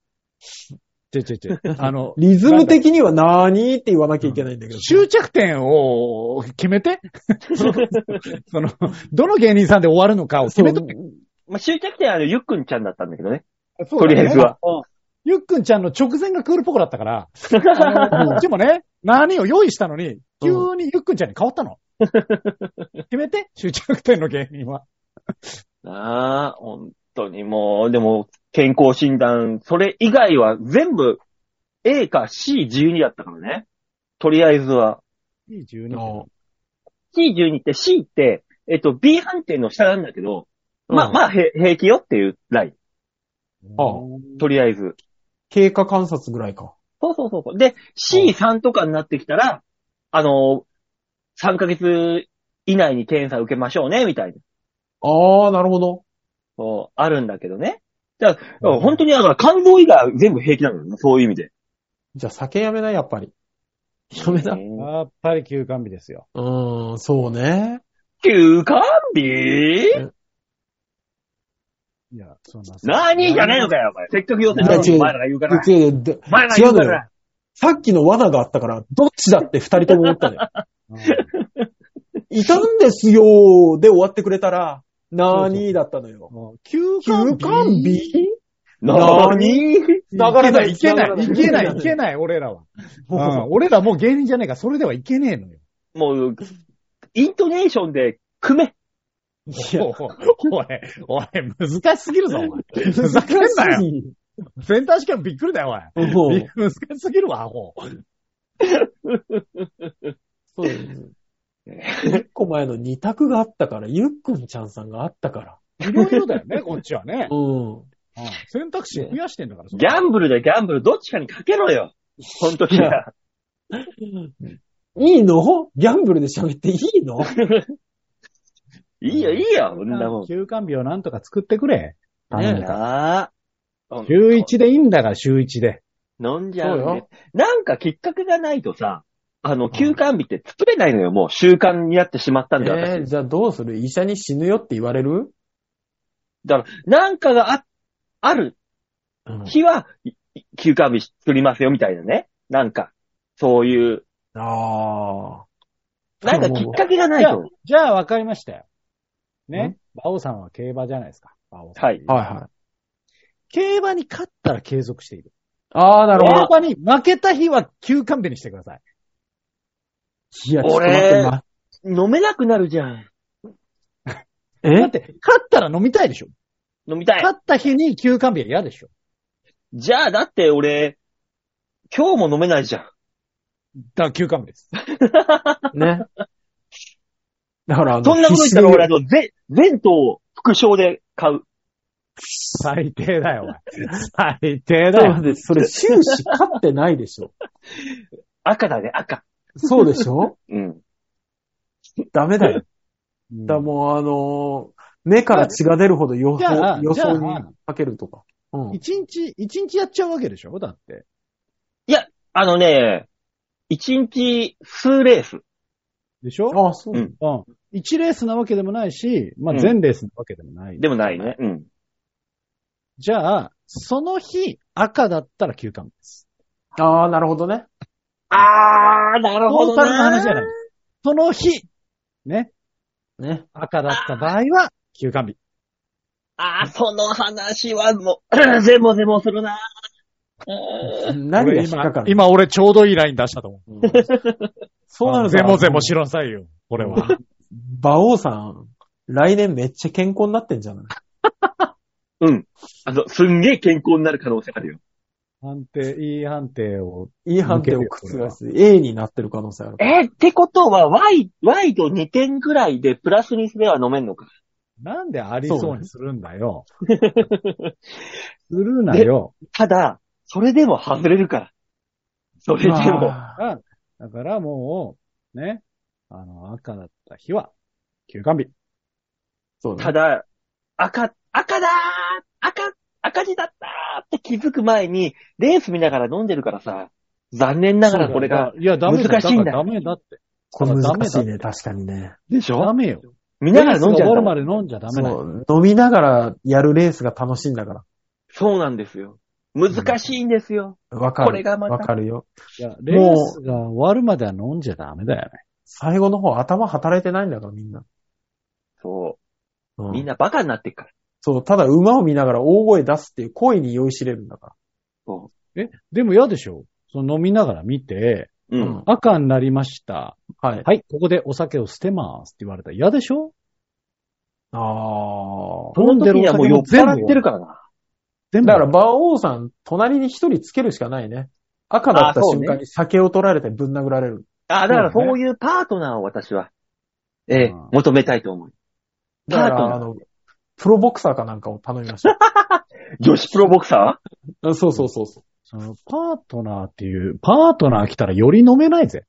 ちょちょちょ。あの、リズム的には何って言わなきゃいけないんだけど。終着点を決め *laughs* てその、どの芸人さんで終わるのかを決めとけ。まあ、終着点はあのゆっくんちゃんだったんだけどね。そうだとねりあえずは。ゆっくんちゃんの直前がクールポコだった *laughs* から、あのこっちもね、何を用意したのに、急にゆっくんちゃんに変わったの。決めて、終着点の芸人は。なあ、本当にもう、でも、健康診断、それ以外は全部 A か C12 だったからね。とりあえずは。いい12うん分。 C12 って C って、えっと、B 判定の下なんだけど、まあうんまあ、へ平気よっていうライン。とりあえず。経過観察ぐらいか。そうそうそうそう。で、C3 とかになってきたら、あの、3ヶ月以内に検査受けましょうね、みたいな。ああ、なるほど。そう、あるんだけどね。だから、だから本当に、だから肝臓以外は全部平気なのよね、そういう意味で。じゃあ酒やめな、やっぱり。やめな。うやっぱり休館日ですよ。ーん、そうね。休館日いや、そんな。何じゃねえのかよ、お前。せっかく寄せたのいや違に、うお前らが言うから。違うでお前らが言うか違うのらよ。さっきの罠があったから、どっちだって二人とも思ったの *laughs* よ。うんいたんですよーで終わってくれたら、なーそうそうそにうーだったのよ。もう休休館日な館日に繋がらないいけない、いけない、いけない、いない。けない、俺らは。うもん俺らもう芸人じゃねえから、それではいけねえのよ。もう、イントネーションで、組め。うおい、おい、 *laughs* 難しすぎるぞ、お前。ふざけんなよ。よ。センター試験びっくりだよ、おもうい。難しすぎるわ、アホ。そうです。一個前の二択があったから、ゆっくんちゃんさんがあったから。いろいろだよね、こっちはね。うん。うん選択肢増やしてんだから。ギャンブルでギャンブル、どっちかにかけろよ。本当に。いやいいのギャンブルで喋っていいのいいよ、いいよ、そこんんななももんん。。休館日をなんとか作ってくれ。頼むからなあ。週一でいいんだから、週一で。飲んじゃうそうねよ。なんかきっかけがないとさ、あの、休館日って作れないのよ、もう習慣になってしまったんだよ、えー、私。じゃあどうする医者に死ぬよって言われるだから、なんかがあ、あるうん日は、いい休館日作りますよ、みたいなね。なんか、そういう、ああ。なんかきっかけがないじゃあと。、じゃあ分かりましたよ。ねん。馬王さんは競馬じゃないですか。馬王さん。はい。はいはい。競馬に勝ったら継続している。ああ、なるほ競ど。馬に負けた日は休館日にしてください。いや、ちょっと待ってな。飲めなくなるじゃん。だっえて、勝ったら飲みたいでしょ。飲みたい。勝った日に休館日は嫌でしょ。じゃあ、だって俺、今日も飲めないじゃん。だから休館日です。ね。 *laughs* だから、あのそんなこと言ったら俺、あ必の、ぜ全頭を副賞で買う。最低だよ、お前。 *laughs* 最低死だによ。そうです。それ、終始勝ってない *laughs* でしょ。赤だね、赤。そうでしょうん。ダメだよ。うんだからもう、あのー目から血が出るほど予じゃあ想、予想じゃあにかけるとか。うん。一日、一日やっちゃうわけでしょだって。あのね、一日数レース。でしょああ、そう。うんうん。一レースなわけでもないし、まあうん全レースなわけでもない。でもないね。うん。じゃあ、その日、赤だったら休館です。ああ、なるほどね。あー、なるトほーどタルの話な。じゃない。その日、ね、ね。赤だった場合は休館日。あー、その話はもう、 *laughs* ゼモゼモするな。うーん何が俺引っかか今、る今俺ちょうどいいライン出したと思う。うんそうなるとゼモゼモしろんさいよ、これは。馬王さん、来年めっちゃ健康になってんじゃないうん。あの、すんげえ健康になる可能性あるよ。判定、いい判定を。いい判定を覆す。A になってる可能性ある。えーってことは、Y、Y と2点ぐらいでプラスにすれば飲めんのか。なんでありそうにするんだ *laughs* よ。するなよ。ただ、それでも外れるから。それでも。ああだからもう、ね、あの、赤だった日は、休館日。ーそうただ。だ、赤、赤だー赤、赤字だったーって気づく前に、レース見ながら飲んでるからさ、残念ながらこれが、いや、ダメだ難しいんだだからダメだって。これ難しいだね、確かにね。でしダメよ。見ながら飲んじゃレースが終わるうかまら。で飲んじゃダメだよ。そう、飲みながらやるレースが楽しいんだかそうなんですよ。難しいんですよ。ら。わかる。これがまたわかるよ。いやレースが終わるまでは飲んじゃダメだよね。最後の方頭働いてないんだから、みんな。そうう。んみんなバカになってっから。そう、ただ馬を見ながら大声出すっていう声に酔いしれるんだかえ、でも嫌でしょその飲みながら見て、うら。ん。。赤になりました。はい。はい、ここでお酒を捨てますって言われたら嫌でしょあその時にはもう酔っ払ってるからな。全あ。部。だから、馬王さん、隣に一人つけるしかないね。赤だったあそう瞬ね間に酒を取られてぶん殴られる。あ、だからそういうパートナーを私は、ええうん求めたいと思う。だパーかトナら、ーあの、プロボクサーかなんかを頼みました。女子プロボクサー *laughs* あそうそうそうそう。そのパートナーっていう、パートナー来たらより飲めないぜ。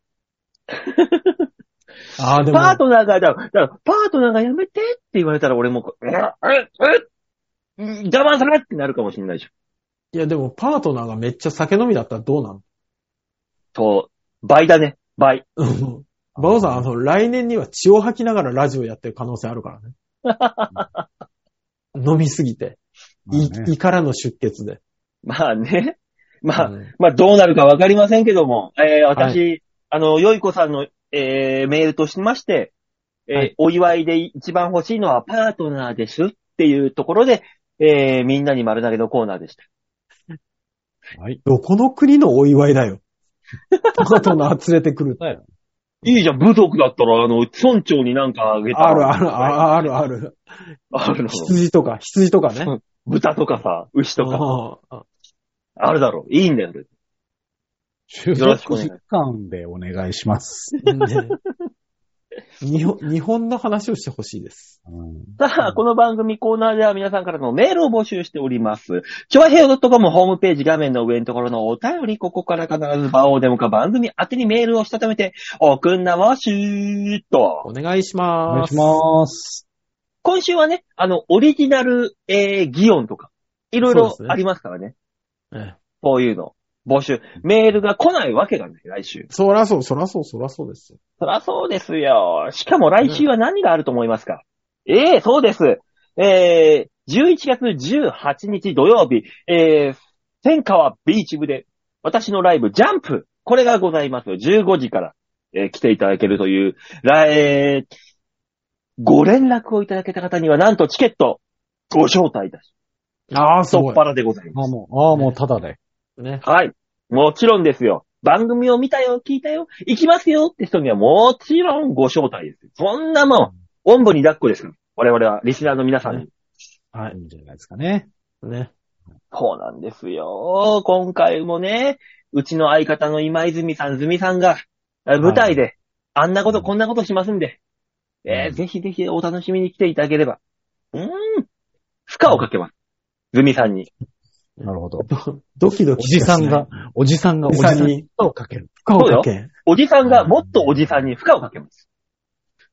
ああ、でも、パートナーが、だから、だからパートナーがやめてって言われたら俺もこう、うんうんうん我慢するってなるかもしれないでしょ。いやでもパートナーがめっちゃ酒飲みだったらどうなのそう、倍だね、倍。うん馬王さん、あの、来年には血を吐きながらラジオやってる可能性あるからね。 *laughs* 飲みすぎて。まあね胃、胃からの出血で。まあね。まあ、うんまあどうなるかわかりませんけども、えー私、あの、よいこさんの、えーメールとしまして、えーはいお祝いで一番欲しいのはパートナーですっていうところで、えーみんなに丸投げのコーナーでした。はい。どこの国のお祝い *laughs* だよ。パートナー連れてくる。いいじゃん、部族だったら、あの、村長になんかあげたら。 *laughs* あるある、あるある。あるの。羊とか、羊とかね。豚とかさ、牛とか、うんあるだろう。いいんだよ、俺収よろしくお録願い時間でお願いします。 *laughs* ね日本、日本の話をしてほしいです。うんさあ、この番組コーナーでは皆さんからのメールを募集しております。ちょわへよ .com ホームページ画面の上のところのお便り、ここから必ず場をデモか番組宛てにメールをしたためて、送んなわしーっと。お願いしお願まいす。します。今週はね、あの、オリジナル、えー、擬音とか、いろいそうろですねありますからね。ええこういうの。募集。メールが来ないわけがない、来週。そらそう、そらそう、そらそうですよ。そらそうですよ。しかも来週は何があると思いますか、ええそうです。えー、11月18日土曜日、えー、天川ビーチ部で、私のライブ、ジャンプこれがございます。15時から、えー来ていただけるという、らえー、ご連絡をいただけた方には、なんとチケット、ご招待いたし、ああ、太っ腹でございまあす。もう、あもうただで。ね。はい。もちろんですよ。番組を見たよ、聞いたよ、行きますよって人にはもちろんご招待です。そんなもん、おんぶに抱っこですから。我々は、リスナーの皆さんに。はい。いいんじゃないですかね。ね。そうなんですよ。今回もね、うちの相方の今泉さん、泉さんが、え舞台で、あんなこと、こんなことしますんで、えーうんぜひぜひお楽しみに来ていただければ。うーん。負荷をかけます。ズミさんに。なるほど。ドキドおキじしかさしんない。が、おじさんがおおじじささんんにに負荷をかける。負荷をかけ。おじさんがもっとおじさんに負荷をかけます。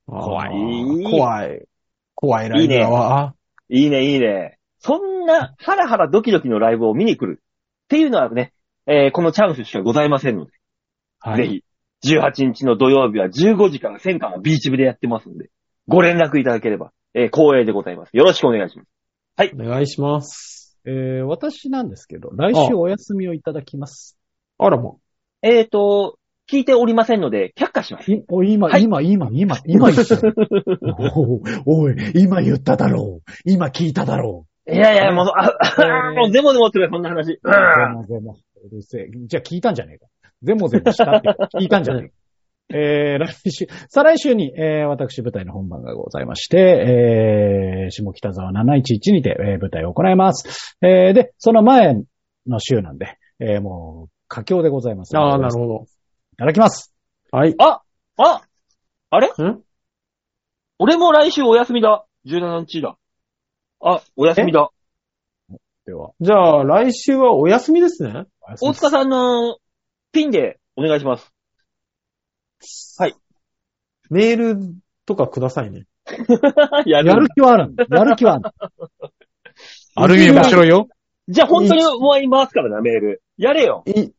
怖いあー怖い。怖いライブだわ。いいね、いいね。そんな、ハラハラドキドキのライブを見に来る。っていうのはね、えーこのチャンスしかございませんので、はい。ぜひ、18日の土曜日は15時から1000巻をビーチ部でやってますんで、ご連絡いただければ、えー光栄でございます。よろしくお願いします。お願いします。えー私なんですけど、来週お休みをいただきます。あらも。えーと、聞いておりませんので、却下します。いお今、はい今、今、今、今言ったよ。 *laughs* おおい、今言っただろう。今聞いただろう。いやいや、もう、あ、 *laughs* あもうゼモゼモするよ、そんな話。うんゼモゼモ。うるせえ。じゃあ聞いたんじゃねえか。ゼモゼモしたって聞いたんじゃ *laughs* ねえか。えー、来週、再来週に、えー、私舞台の本番がございまして、えー、下北沢711にて、えー舞台を行います。えー、で、その前の週なんで、えー、もう、佳境でございます。ああ、なるほいただきます。ど。はい。ああれん俺も来週お休みだ。17日だ。あ、お休みだ。では、じゃあ、来週はお休みですね。おやすみ大塚さんのピンでお願いします。メールとかくださいね。 *laughs* ややる気はあ *laughs* るんだ。やる気はあるんだ。ある意味面白いよ。じゃあ本当に終わりますからな、メール。やれよ。い、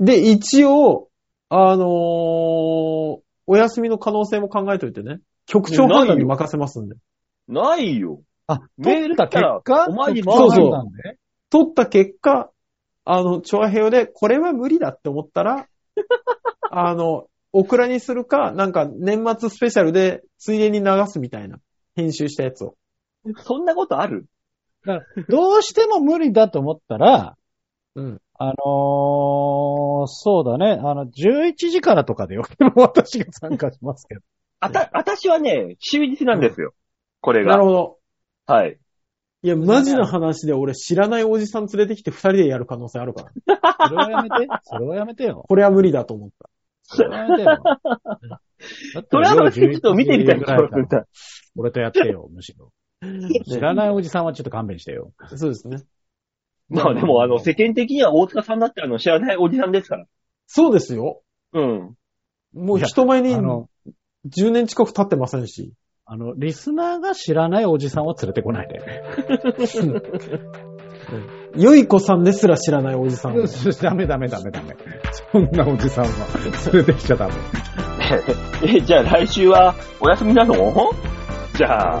で、一応、あのーお休みの可能性も考えといてね。局長判断に任せますんで。ないよ。あ、メール来たら結果お前に回そるんだねうそう取った結果、あの、長平で、これは無理だって思った *laughs* ら、あの、オクラにするか、なんか年末スペシャルで、ついでに流すみたいな。編集したやつを。そんなことあるどうしても無理だと思ったら、うん。あのー、そうだね。あの、11時からとかでよければ私が参加しますけど。あた、私はね、週日なんですよ。これなるが。ほど。はい。いや、マジな話で俺知らないおじさん連れてきて二人でやる可能性あるから。それはやめて。それはやめてよ。これは無理だと思った。それはやめて *laughs* よ。それは私ちょっと見てみたいぐならいからい。俺とやってよ、むしろ。知らないおじさんはちょっと勘弁してよ。そうですね。まあでも、あの、世間的には大塚さんだってあの、知らないおじさんですから。そうですよ。うん。もう人前あにの、 10年近く経ってませんし。あの、リスナーが知らないおじさんは連れてこないで。よい子さんですら知らないおじ *laughs* さ *laughs* ん。ダメダメダメダメ。そんなおじさんは連れてきちゃダメ。え、じゃあ来週はお休みなのじゃあ、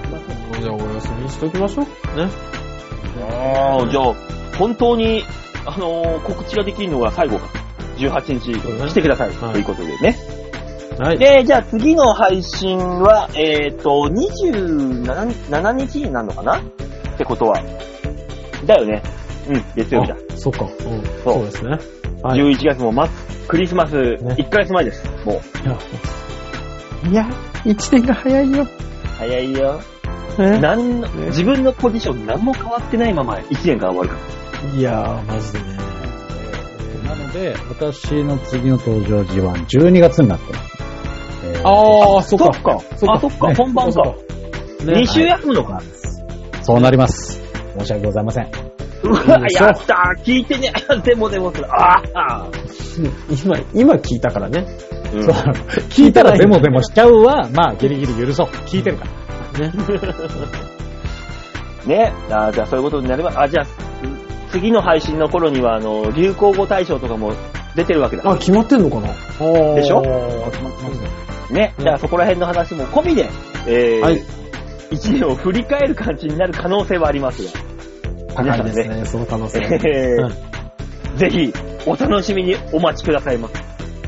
じゃあお休みにしときましょう。ね。ああ、じゃあ、本当に、あのー告知ができるのが最後か。18日、そうだね来てください。はいということでね。はい。で、じゃあ次の配信は、えっ、と、27日7日になるのかなってことは。だよね。うん、月曜日だ。そっか。うんそうそうですね。はい11月も待つ。クリスマス、ね1ヶ月前です。もう。いや、1年が早いよ。早いよ。ねなんの、ね自分のポジション何も変わってないまま1年が終わるから。いやー、マジでね。なので、私の次の登場時は12月になってます。えーあー、そそっかっ。か。そっかあ、そっか。ね本番か。ね2週休むのそうかな。んです。そうなります。申し訳ございません。うわ、やったー聞いてね。 *laughs* でもでもする。ああ今、今聞いたからね。うんそう聞いたらデモデモしちゃうは、まあギリギリ許そう。聞いてるから。ね。ね。あーじゃあそういうことになれば、あ、じゃあ、次の配信の頃には、あの、流行語大賞とかも出てるわけだ。あ、決まってんのかなででしょはね。じゃあそこら辺の話も込みで、えー、い。一年を振り返る感じになる可能性はありますが、高いですね、その可能性。えうんーぜひ、お楽しみにお待ちくださいませ。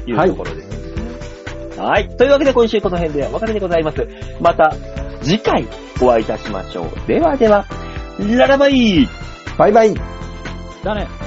というところです。はい。というわけで今週この辺でお別れでございます。また、次回お会いいたしましょう。ではでは、ララバイバイバイ。だね。